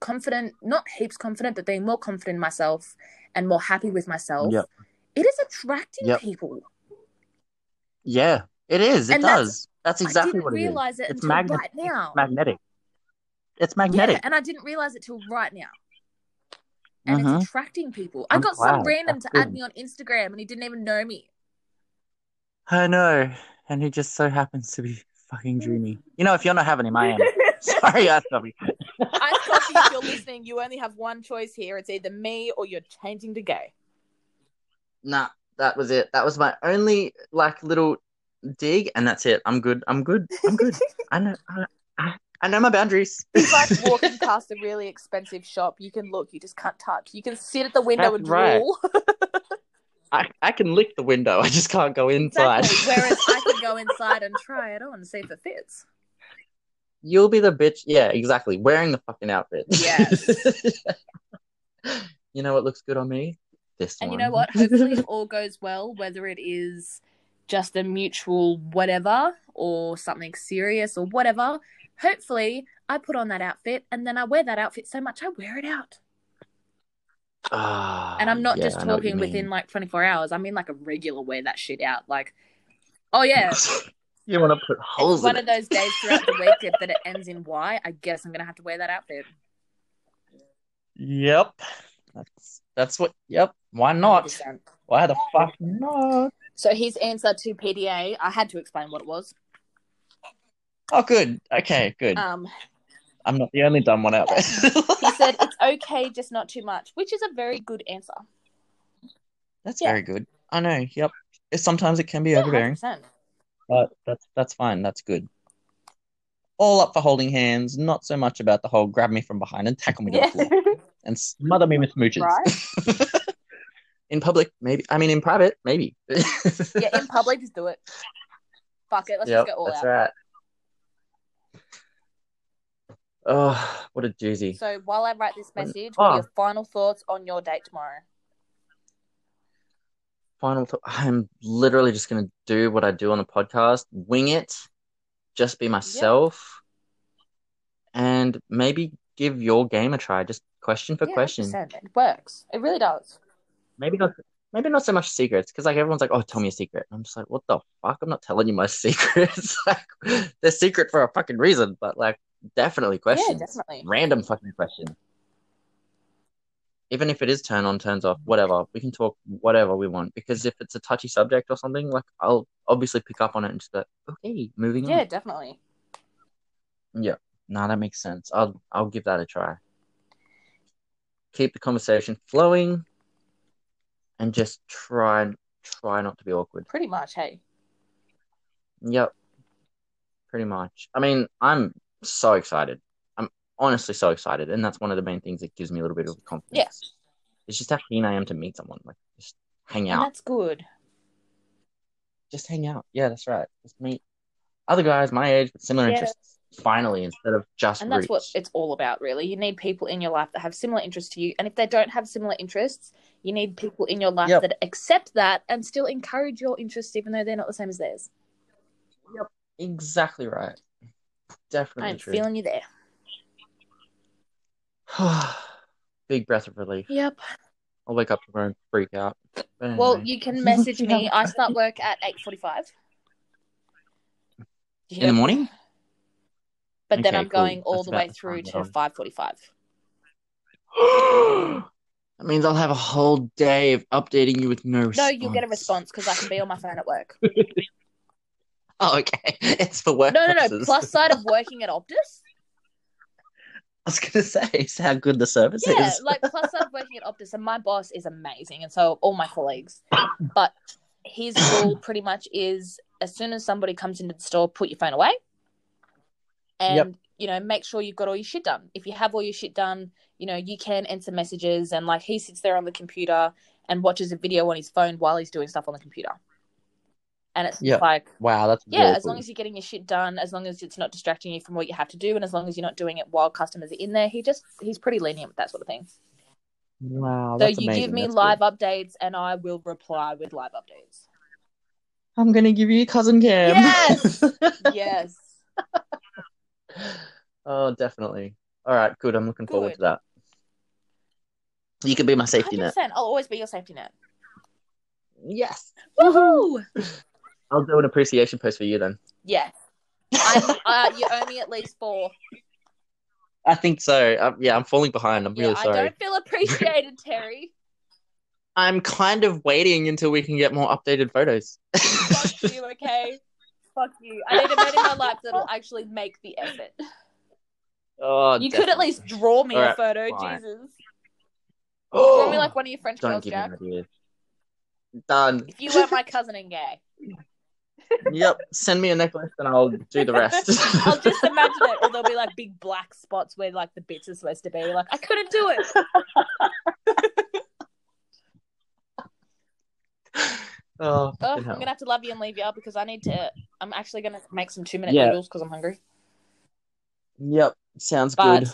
S2: confident, not heaps confident, but being more confident in myself and more happy with myself,
S1: Yep.
S2: it is attracting
S1: Yep.
S2: people.
S1: Yeah, it is. It
S2: And that's-
S1: does. That's,
S2: I
S1: exactly
S2: didn't
S1: what it is.
S2: realize it,
S1: It's
S2: until
S1: magnet-
S2: right now.
S1: Magnetic. It's
S2: Yeah,
S1: magnetic.
S2: and I didn't realize it till right now. and
S1: Mhm.
S2: it's attracting people. I
S1: I'm
S2: got some
S1: glad.
S2: random
S1: That's
S2: to
S1: good.
S2: add me on Instagram and he didn't even know me.
S1: I know, and he just so happens to be fucking dreamy. You know, if you're not having him, I am. Sorry, I stop you.
S2: I copy if you're listening, you only have one choice here. It's either me or you're changing to gay.
S1: Nah, that was it. That was my only like little dig, and that's it. I'm good. I'm good. I'm good. I know. I, I, I know my boundaries.
S2: He's like walking past a really expensive shop. You can look, you just can't touch. You can sit at the window
S1: That's
S2: and
S1: right.
S2: drool.
S1: I, I can lick the window. I just can't go inside.
S2: Exactly. Whereas I can go inside and try it on and see if it fits.
S1: You'll be the bitch. Yeah, exactly. Wearing the fucking outfit.
S2: Yes.
S1: you know what looks good on me? This
S2: And you
S1: one.
S2: know what? Hopefully it all goes well, whether it is just a mutual whatever or something serious or whatever. Hopefully I put on that outfit and then I wear that outfit so much I wear it out.
S1: Ah,
S2: And I'm not
S1: yeah,
S2: just
S1: I know what you
S2: talking within
S1: mean.
S2: like 24 hours. I mean like a regular wear that shit out. Like, oh yeah, it's
S1: you want to put holes
S2: one of
S1: in it.
S2: those days throughout the week if that it ends in Y, I guess I'm going to have to wear that outfit.
S1: Yep. That's that's what. Yep. Why not?
S2: 100%.
S1: Why the fuck not?
S2: So his answer to PDA, I had to explain what it was.
S1: Oh, good. Okay, good.
S2: Um,
S1: I'm not the only dumb one out there.
S2: he said it's okay, just not too much, which is a very good answer.
S1: that's
S2: Yeah.
S1: very good. I know. Yep. It, sometimes it can be
S2: Yeah,
S1: overbearing,
S2: 100%.
S1: but that's that's fine. That's good. All up for holding hands. Not so much about the whole grab me from behind and tackle me to
S2: Yeah.
S1: the floor and smother me with smooches.
S2: right?
S1: In public, maybe. I mean, in private, maybe.
S2: Yeah, in public, just do it. Fuck it, let's
S1: yep,
S2: just go all
S1: that's
S2: out.
S1: right. Oh, what a doozy.
S2: So while I write this
S1: What-
S2: message, what
S1: oh.
S2: are your final thoughts on your date tomorrow?
S1: Final thought. I'm literally just going to do what I do on the podcast, wing it, just be myself, and maybe give your game a try, just question for
S2: yeah,
S1: question.
S2: 100%. It works. It really does.
S1: Maybe not maybe not so much secrets, because like everyone's like, oh, tell me a secret. I'm just like, what the fuck? I'm not telling you my secrets. like they're secret for a fucking reason, but like definitely questions.
S2: definitely.
S1: Random fucking questions. Even if it is turn on, turns off, whatever, we can talk whatever we want. Because if it's a touchy subject or something, like I'll obviously pick up on it and just be like, okay, moving on.
S2: Yeah, definitely.
S1: Yeah. No, that makes sense. I'll I'll give that a try. Keep the conversation flowing and just try try not to be awkward.
S2: Pretty much, hey.
S1: Yep, pretty much. I mean, I'm so excited. I'm honestly so excited, and that's one of the main things that gives me a little bit of confidence.
S2: Yeah.
S1: It's just how keen I am to meet someone. Like just hang
S2: And
S1: out.
S2: that's good.
S1: Just hang out. Yeah, that's right. Just meet other guys my age with similar
S2: Yeah.
S1: interests. Finally, instead of just
S2: And that's what
S1: roots.
S2: it's all about, really. You need people in your life that have similar interests to you. And if they don't have similar interests, you need people in your life
S1: Yep.
S2: that accept that and still encourage your interests, even though they're not the same as theirs.
S1: Exactly right. Definitely
S2: I'm
S1: true.
S2: feeling you there.
S1: Big breath of relief.
S2: Yep.
S1: I'll wake up tomorrow and freak out. But
S2: Well,
S1: anyway.
S2: you can message me. I start work at eight forty-five.
S1: in the morning.
S2: But then
S1: Okay,
S2: I'm
S1: cool.
S2: going all
S1: That's
S2: the
S1: about
S2: way
S1: the
S2: through
S1: time that
S2: to
S1: I'm-
S2: 5:45.
S1: that means I'll have a whole day of updating you with no response.
S2: No, you'll get a response because I can be on my phone at work.
S1: Oh, okay. It's for work.
S2: No, no, no.
S1: purposes.
S2: Plus side of working at Optus.
S1: I was gonna say it's how good the service
S2: Yeah,
S1: is.
S2: like plus I was working at Optus, and my boss is amazing, and so all my colleagues. But his rule pretty much is: as soon as somebody comes into the store, put your phone away, and
S1: Yep.
S2: you know make sure you've got all your shit done. If you have all your shit done, you know you can answer messages, and like he sits there on the computer and watches a video on his phone while he's doing stuff on the computer, and it's
S1: Yep.
S2: like.
S1: Wow, that's
S2: Yeah, as
S1: awful.
S2: long as you're getting your shit done, as long as it's not distracting you from what you have to do, and as long as you're not doing it while customers are in there, he just he's pretty lenient with that sort of thing.
S1: wow,
S2: So
S1: Oh, that's
S2: you give
S1: amazing.
S2: me
S1: That's
S2: live updates, and I will reply with live updates.
S1: good. I'm gonna give you cousin Cam.
S2: Yes! yes.
S1: oh, definitely. All right, good. I'm looking forward
S2: Good.
S1: to that. You could be my safety
S2: Hundred
S1: net.
S2: percent. I'll always be your safety net.
S1: Yes,
S2: Woohoo!
S1: I'll do an appreciation post for you then.
S2: Yeah. I, uh, you owe me at least four.
S1: I think so. i yeah, I'm falling behind. I'm
S2: Yeah,
S1: really
S2: I
S1: sorry.
S2: don't feel appreciated, Terry.
S1: I'm kind of waiting until we can get more updated photos.
S2: Fuck you, okay? Fuck you. I need a man in my life that'll actually make the effort.
S1: oh,
S2: You could at least draw me a
S1: Alright,
S2: photo,
S1: fine.
S2: Jesus. Draw
S1: oh,
S2: me like one of your French
S1: don't
S2: girls,
S1: give
S2: Jack.
S1: me ideas. Done.
S2: If you weren't my cousin and gay,
S1: yep. Send me a necklace and I'll do the rest.
S2: I'll just imagine it, or there'll be like big black spots where like the bits are supposed to be. Like I couldn't do it.
S1: oh,
S2: Oh,
S1: fucking
S2: I'm
S1: hell.
S2: gonna have to love you and leave you because I need to. I'm actually gonna make some two minute
S1: Yeah.
S2: noodles because I'm hungry.
S1: Yep. Sounds
S2: But-
S1: good.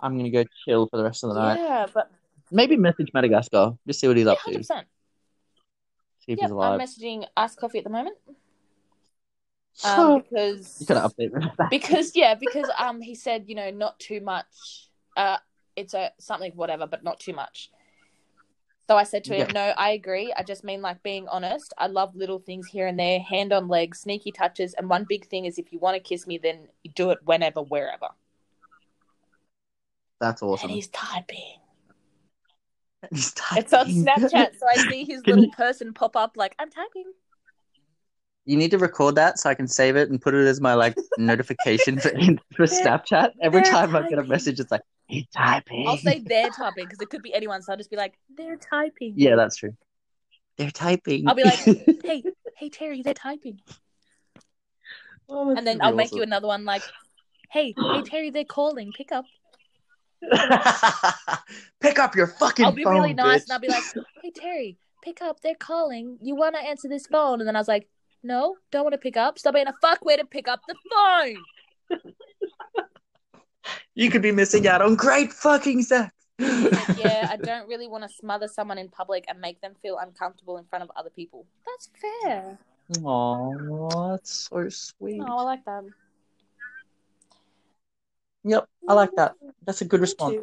S1: I'm gonna go chill for the rest of the night.
S2: Yeah, but
S1: Maybe message Madagascar. Just see what he's up to.
S2: hundred percent.
S1: See if
S2: Yep,
S1: he's
S2: I'm
S1: alive.
S2: messaging Ice Coffee at the moment um, because
S1: you gotta update me.
S2: because yeah because um he said you know not too much uh it's a something whatever but not too much. So I said to him,
S1: Yeah.
S2: "No, I agree. I just mean like being honest. I love little things here and there, hand on leg, sneaky touches, and one big thing is if you want to kiss me, then do it whenever, wherever."
S1: That's awesome.
S2: And he's tired being.
S1: He's
S2: It's on
S1: typing.
S2: Snapchat, so I see his
S1: Can
S2: little
S1: you-
S2: person pop up like, I'm typing.
S1: You need to record that so I can save it and put it as my like notification for, for Snapchat. Every
S2: they're
S1: time I get a
S2: typing.
S1: message, it's like he's typing.
S2: I'll say they're typing because it could be anyone, so I'll just be like, they're typing.
S1: yeah, that's true. They're typing.
S2: I'll be like- Hey, hey, Terry, they're typing.
S1: Oh, that's
S2: And then
S1: gonna
S2: I'll
S1: be
S2: make
S1: awesome.
S2: you another one like, hey, hey, Terry, they're calling. Pick up.
S1: Pick up your fucking
S2: I'll be
S1: phone,
S2: really nice
S1: bitch.
S2: and I'll be like, hey, Terry, pick up. They're calling. You want to answer this phone? And then I was like, no, don't want to pick up. Stop being a fuckwit and pick up the phone.
S1: you could be missing out on great fucking sex.
S2: yeah, I don't really want to smother someone in public and make them feel uncomfortable in front of other people. That's fair.
S1: Aw, that's so sweet.
S2: Oh, I like that.
S1: Yep, I like that. That's a good response.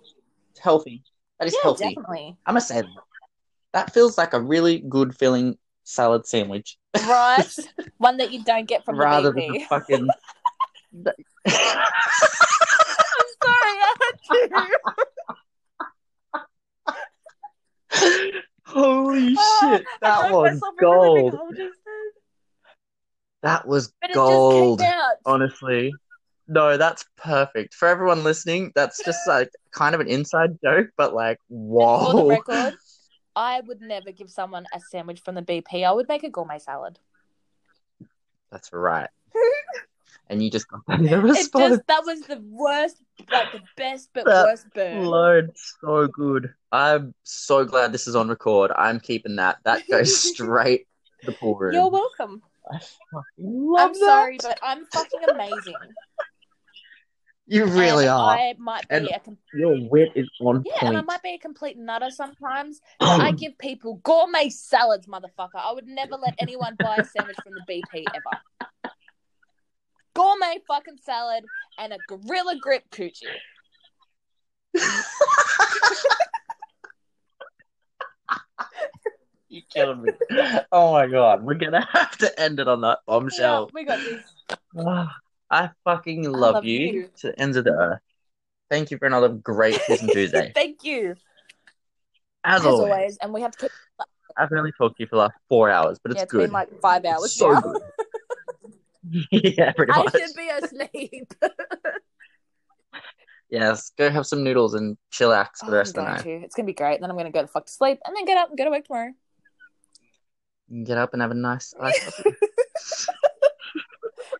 S1: It's healthy. That is
S2: Yeah,
S1: healthy.
S2: definitely.
S1: I'm gonna say that. That feels like a really good filling salad sandwich
S2: Right? One that you don't get from
S1: rather
S2: the
S1: than
S2: BP.
S1: the fucking.
S2: Sorry, I had to.
S1: Holy
S2: Oh,
S1: shit!
S2: I
S1: That
S2: drank
S1: was
S2: myself in really big
S1: gold.
S2: hole just then.
S1: That was
S2: But it
S1: gold. Oh,
S2: just came out.
S1: Honestly, no, that's perfect for everyone listening. That's just like kind of an inside joke, but like,
S2: For the
S1: whoa.
S2: record, I would never give someone a sandwich from the BP. I would make a gourmet salad.
S1: That's right. and you just got that in a response.
S2: It just that was the worst, like the best but
S1: That
S2: worst burn.
S1: Load so good. I'm so glad this is on record. I'm keeping that. That goes straight to the pool room.
S2: You're welcome.
S1: I fucking love
S2: I'm
S1: that.
S2: sorry, but I'm fucking amazing.
S1: You really
S2: And
S1: are.
S2: I might be
S1: And-
S2: a com-
S1: Your wit is on
S2: yeah,
S1: point. Hmm.
S2: and I might be a complete nutter sometimes. I give people gourmet salads, motherfucker. I would never let anyone buy a sandwich from the BP ever. Gourmet fucking salad and a gorilla grip coochie.
S1: You're killing me. Oh my god, we're gonna have to end it on that
S2: Yeah,
S1: bombshell.
S2: we got this.
S1: Ah, I fucking love,
S2: love
S1: you,
S2: you.
S1: to the ends of the earth. Thank you for another great Season Tuesday.
S2: Thank you.
S1: As,
S2: As,
S1: always,
S2: always. And we have to keep
S1: I've only talked to you for like four hours, but it's
S2: yeah, it's
S1: good.
S2: been like five hours
S1: It's so
S2: now.
S1: good. yeah, pretty
S2: I
S1: much.
S2: should be asleep.
S1: Yes, go have some noodles and chillax for the
S2: Oh,
S1: rest
S2: I'm
S1: of the
S2: going
S1: night.
S2: to. It's gonna be great. Then I'm gonna go to fuck to sleep and then get up and go to work tomorrow.
S1: You can get up and have a nice ice coffee.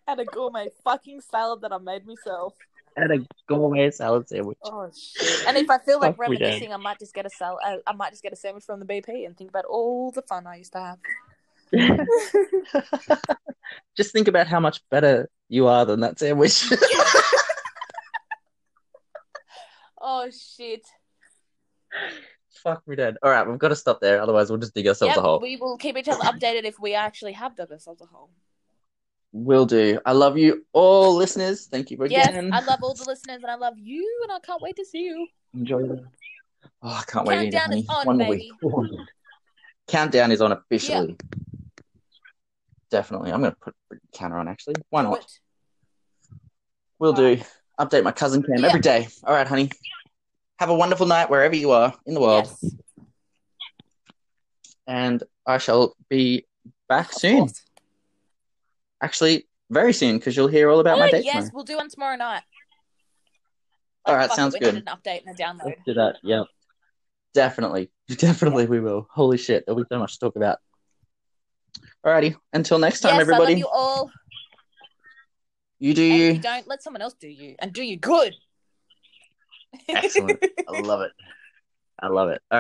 S2: And a gourmet fucking salad that I made myself.
S1: and a gourmet salad sandwich.
S2: Oh shit! And if I feel like
S1: Fuck we don't.
S2: reminiscing, I might just get a sal- uh, I might just get a sandwich from the BP and think about all the fun I used to have.
S1: Just think about how much better you are than that sandwich.
S2: Oh shit!
S1: Fuck me dead. All right, we've got to stop there, otherwise we'll just dig ourselves
S2: Yep,
S1: a hole.
S2: we will keep each other updated if we actually have dug ourselves a hole.
S1: Will do. I love you all, listeners. Thank you
S2: Yes,
S1: again.
S2: I love all the listeners and I love you and I can't wait to see you.
S1: Enjoy. The... Oh, I can't wait.
S2: Countdown is
S1: honey.
S2: on,
S1: One
S2: baby.
S1: week. Countdown is on officially. Definitely. I'm going to put the counter on, actually. Why not? Will do. Update my cousin Cam
S2: Yeah.
S1: every day. All right, honey. Have a wonderful night wherever you are in the world.
S2: Yes.
S1: And I shall be back soon. Actually, very soon, because you'll hear all about my
S2: Oh,
S1: date
S2: yes,
S1: tomorrow.
S2: we'll do one tomorrow night.
S1: All right,
S2: fuck it,
S1: sounds
S2: we
S1: good.
S2: need an update and a download.
S1: Let's do that. Yep. Definitely. Definitely we will. Holy shit. There'll be so much to talk about. Alrighty. Until next time,
S2: yes, I
S1: everybody.
S2: love you all.
S1: You do
S2: And if
S1: you.
S2: you don't, let someone else do you and do you good.
S1: Excellent. I love it. I love it. All right.